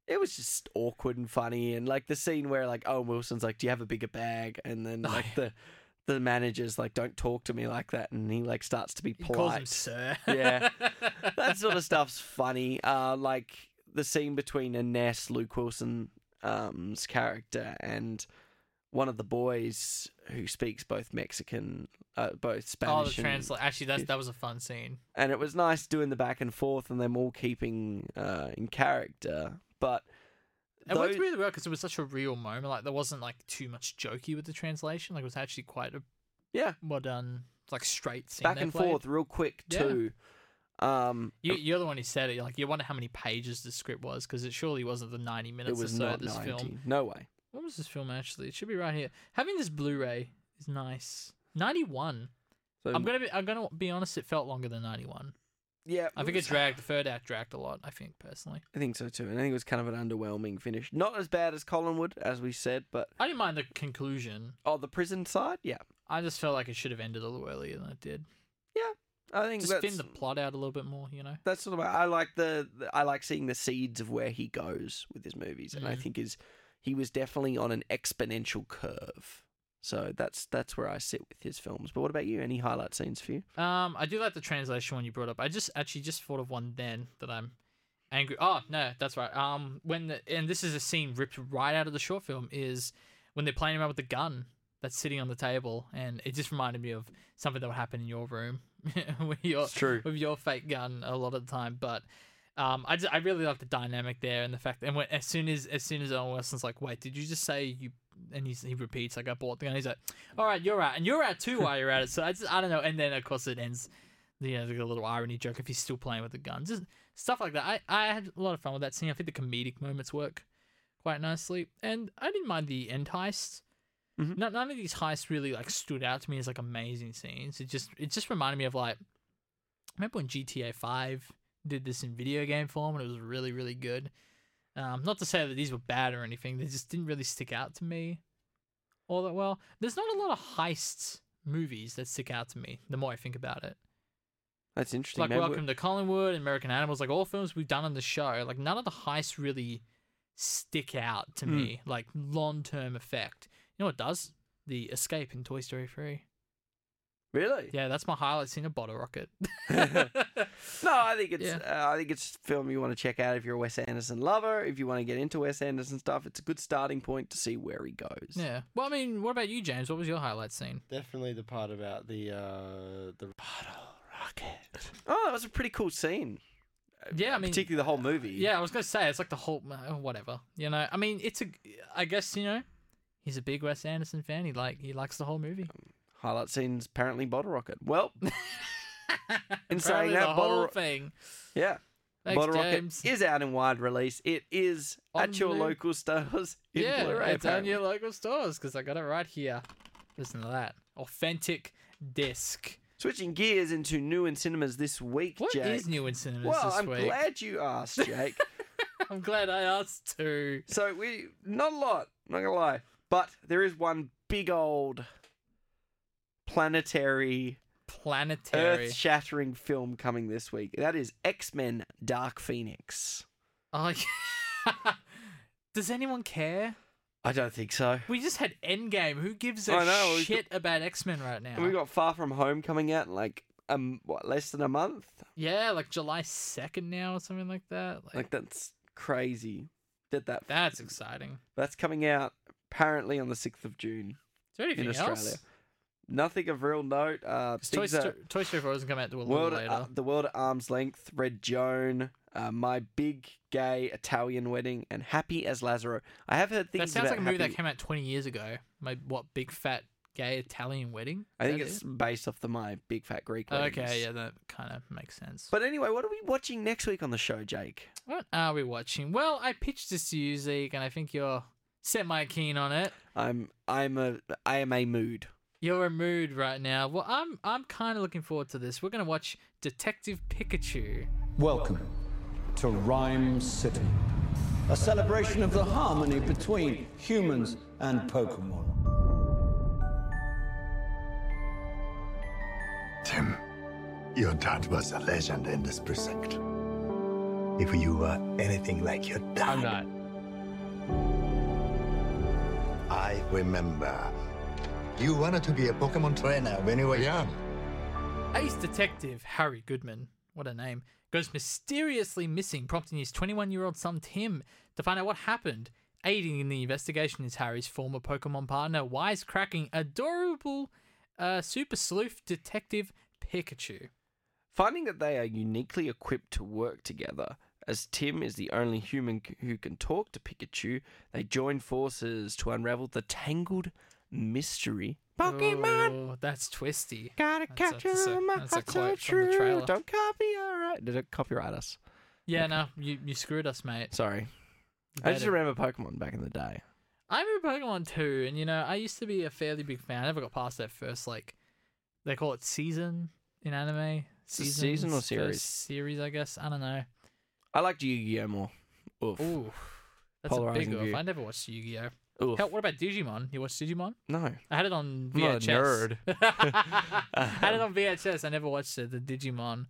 A: it was just awkward and funny and like the scene where like Owen Wilson's like, "Do you have a bigger bag?" and then
B: Oh,
A: like the the manager's like, "Don't talk to me like that," and he like starts to be
B: He calls him
A: polite.
B: sir.
A: Yeah. that sort of stuff's funny. Uh, like the scene between Ines, Luke Wilson's um's character, and one of the boys who speaks both Mexican, uh, both
B: oh, the
A: Spanish. and,
B: translate. Actually, that that was a fun scene.
A: and it was nice doing the back and forth and them all keeping uh, in character. But
B: It worked
A: those-
B: really well because it was such a real moment. Like there wasn't like too much jokey with the translation. Like it was actually quite a
A: yeah,
B: well done, like straight scene.
A: back
B: they
A: and
B: played.
A: forth real quick
B: Yeah.
A: too. Um,
B: You, you're the one who said it. Like you wonder how many pages the script was because it surely wasn't the 90
A: it
B: minutes
A: was
B: or so
A: not
B: of this
A: ninety.
B: film.
A: No way.
B: What was this film actually? It should be right here. Having this Blu-ray is nice. 91.
A: So,
B: I'm gonna be. I'm gonna be honest. It felt longer than 91.
A: yeah,
B: I think it dragged. The third act dragged a lot. I think personally,
A: I think so too, and I think it was kind of an underwhelming finish. Not as bad as Collinwood, as we said, but
B: I didn't mind the conclusion.
A: Oh, the prison side? Yeah.
B: I just felt like it should have ended a little earlier than it did.
A: I think
B: Just
A: that's,
B: thin the plot out a little bit more. You know.
A: that's sort of I like the, the- I like seeing the seeds of where he goes with his movies, and I
B: Mm.
A: think is he was definitely on an exponential curve. So that's that's where I sit with his films. But what about you? Any highlight scenes for you?
B: Um, I do like the translation one you brought up. I just actually just thought of one then that I'm angry. Oh no, that's right. Um, when the, and this is a scene ripped right out of the short film is when they're playing around with the gun that's sitting on the table, and it just reminded me of something that would happen in your room with your
A: true.
B: with your fake gun a lot of the time, but. Um, I, just, I really like the dynamic there and the fact and when, as soon as as soon as Owen Wilson's like wait did you just say you and he's, he repeats like I bought the gun he's like all right you're out and you're out too while you're at it so I just I don't know and then of course it ends you know, the little irony joke if he's still playing with the gun. Just stuff like that. I, I had a lot of fun with that scene. I think the comedic moments work quite nicely. And I didn't mind the end heist.
A: Mhm.
B: No- none of these heists really like stood out to me as like amazing scenes. It just it just reminded me of like remember when GTA five did this in video game form and it was really, really good. Um, not to say that these were bad or anything, they just didn't really stick out to me all that well. There's not a lot of heists movies that stick out to me the more I think about it
A: That's interesting.
B: like
A: man.
B: Welcome to Collingwood, American Animals, like all films we've done on the show, like none of the heists really stick out to
A: Mm.
B: me, like long term effect. You know what does? The escape in Toy Story 3.
A: really?
B: Yeah, that's my highlight scene of Bottle Rocket.
A: No, I think it's
B: Yeah.
A: uh, I think it's a film you want to check out if you're a Wes Anderson lover. If you want to get into Wes Anderson stuff, it's a good starting point to see where he goes.
B: yeah. Well, I mean, what about you, James? What was your highlight scene?
C: Definitely the part about the uh the
A: Oh, that was a pretty cool scene.
B: Yeah, I mean,
A: Uh, particularly the whole movie.
B: yeah, I was going to say, it's like the whole, uh, whatever. You know, I mean, it's a, I guess, you know, he's a big Wes Anderson fan. He like he likes the whole movie.
A: Highlight scenes apparently bottle rocket. Well, in saying
B: Apparently the
A: that, bottle
B: whole
A: Ro-
B: thing.
A: yeah,
B: Thanks,
A: bottle
B: James.
A: rocket is out in wide release. It is
B: On
A: at your
B: Blu-ray.
A: local stores in
B: yeah,
A: Blu-ray.
B: it's on
A: apparently.
B: your local stores because I got it right here. Listen to that authentic disc.
A: Switching gears into new in cinemas this week,
B: What is
A: Jake.
B: new in cinemas
A: well,
B: this
A: I'm
B: week?
A: glad you asked, Jake.
B: I'm glad I asked too.
A: so we not a lot, not gonna lie, but there is one big old planetary,
B: Planetary.
A: earth-shattering film coming this week. That is X-Men: Dark Phoenix.
B: Oh, yeah. Does anyone care?
A: I don't think so.
B: We just had Endgame. Who gives a
A: I know, we've
B: shit about X Men right now?
A: And we got Far From Home coming out in like um what less than a month.
B: yeah, like July second now or something like that. Like,
A: Like that's crazy. Did that?
B: that's exciting.
A: That's coming out apparently on the sixth of June.
B: Is there anything
A: Australia.
B: else?
A: Nothing of real note. Uh,
B: Because Toy,
A: things that
B: Sto- Toy Story Four doesn't come out until a little
A: world, at-
B: later.
A: uh, the world at arm's length. Red Joan. Uh, my big gay Italian wedding and Happy as Lazaro. I have heard things
B: That sounds
A: about
B: like a movie
A: Happy.
B: that came out 20 years ago. My what big fat gay Italian wedding. Is
A: I think
B: that
A: it's
B: it?
A: based off the My Big Fat Greek Weddings.
B: okay. Yeah, that kind of makes sense.
A: But anyway, what are we watching next week on the show, Jake?
B: What are we watching? Well, I pitched this to you, Zeke, and I think you're set my keen on it.
A: I'm I'm a I am a mood.
B: You're a mood right now. Well, I'm I'm kind of looking forward to this. We're gonna watch Detective Pikachu.
F: Welcome to Rhyme City, a celebration of the harmony between humans and Pokemon.
G: Tim, your dad was a legend in this precinct. If you were anything like your dad,
C: I'm not.
G: I remember. You wanted to be a Pokemon trainer when you were young.
B: Ace Detective Harry Goodman, what a name, goes mysteriously missing, prompting his 21 year old son Tim to find out what happened. Aiding in the investigation is Harry's former Pokemon partner, wisecracking, adorable uh, super sleuth detective Pikachu.
A: Finding that they are uniquely equipped to work together, as Tim is the only human c- who can talk to Pikachu, they join forces to unravel the tangled mystery. Pokemon,
B: Oh, that's twisty.
A: gotta
B: That's a-
A: catch 'em.
B: that's a-
A: that's
B: that's a
A: so
B: quote from the
A: true.
B: trailer.
A: Don't copy, alright. Did it copyright us?
B: Yeah, no, you, you screwed us, mate.
A: Sorry. I just
B: Better.
A: remember Pokemon back in the day.
B: I remember Pokemon 2, and you know, I used to be a fairly big fan. I never got past that first, like, they call it season in anime.
A: a season or
B: Seasons,
A: series?
B: first Series, I guess. I don't know.
A: I liked Yu-Gi-Oh more. Oof.
B: Ooh, that's a
A: Polarizing
B: big
A: view.
B: oof. I never watched Yu Gi Oh!
A: Oof.
B: Hell, what about Digimon? You watched Digimon?
A: No.
B: I had it on
A: I'm not a
B: VHS. I had it on VHS. I never watched it. The Digimon.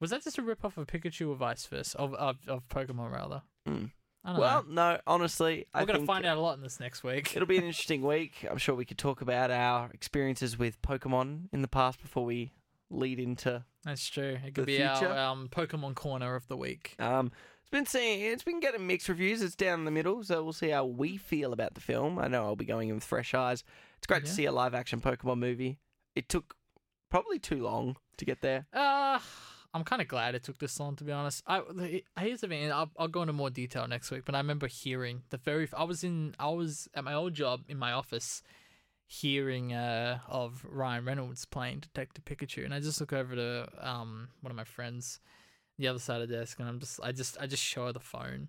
B: Was that just a rip off of Pikachu or vice versa? Of, of, of Pokemon, rather?
A: Mm.
B: I don't
A: Well,
B: know.
A: no. Honestly, I
B: We're going to
A: think
B: find out a lot in this next week.
A: It'll be an interesting week. I'm sure we could talk about our experiences with Pokemon in the past before we lead into.
B: That's true. It could
A: the
B: be
A: future.
B: our um, Pokemon corner of the week.
A: Um, it's been seeing, it's been getting mixed reviews. It's down in the middle, so we'll see how we feel about the film. I know I'll be going in with fresh eyes. It's great to
B: Yeah.
A: see a live action Pokemon movie. It took probably too long to get there.
B: Uh, I'm kind of glad it took this long, to be honest. I the- here's the thing. and I'll, I'll go into more detail next week, but I remember hearing the very. I was in. I was at my old job in my office, hearing uh of Ryan Reynolds playing Detective Pikachu, and I just look over to um one of my friends, the other side of the desk, and I'm just I just I just show her the phone.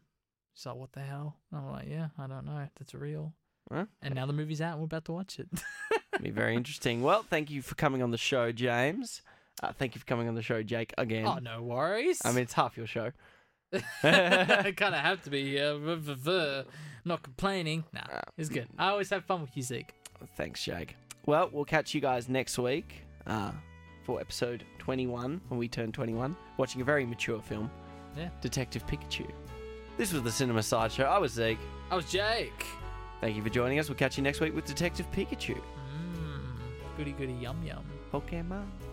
B: She's like, "What the hell?" And I'm like, "Yeah, I don't know. That's real."
A: Huh?
B: And now the movie's out, and we're about to watch it.
A: It'll be very interesting. Well, thank you for coming on the show, James. Uh, thank you for coming on the show, Jake. Again,
B: oh no worries.
A: I mean it's half your show.
B: I kind of have to be uh, v- v- v- not complaining. Nah,
A: Ah,
B: it's good. I always have fun with you, Zeke.
A: Thanks, Jake. Well, we'll catch you guys next week uh, for episode 21 when we turn 21, watching a very mature film,
B: Yeah.
A: Detective Pikachu. This was the Cinema Sideshow. I was Zeke.
B: I was Jake.
A: Thank you for joining us. We'll catch you next week with Detective Pikachu.
B: Goody goody yum yum.
A: Pokemon.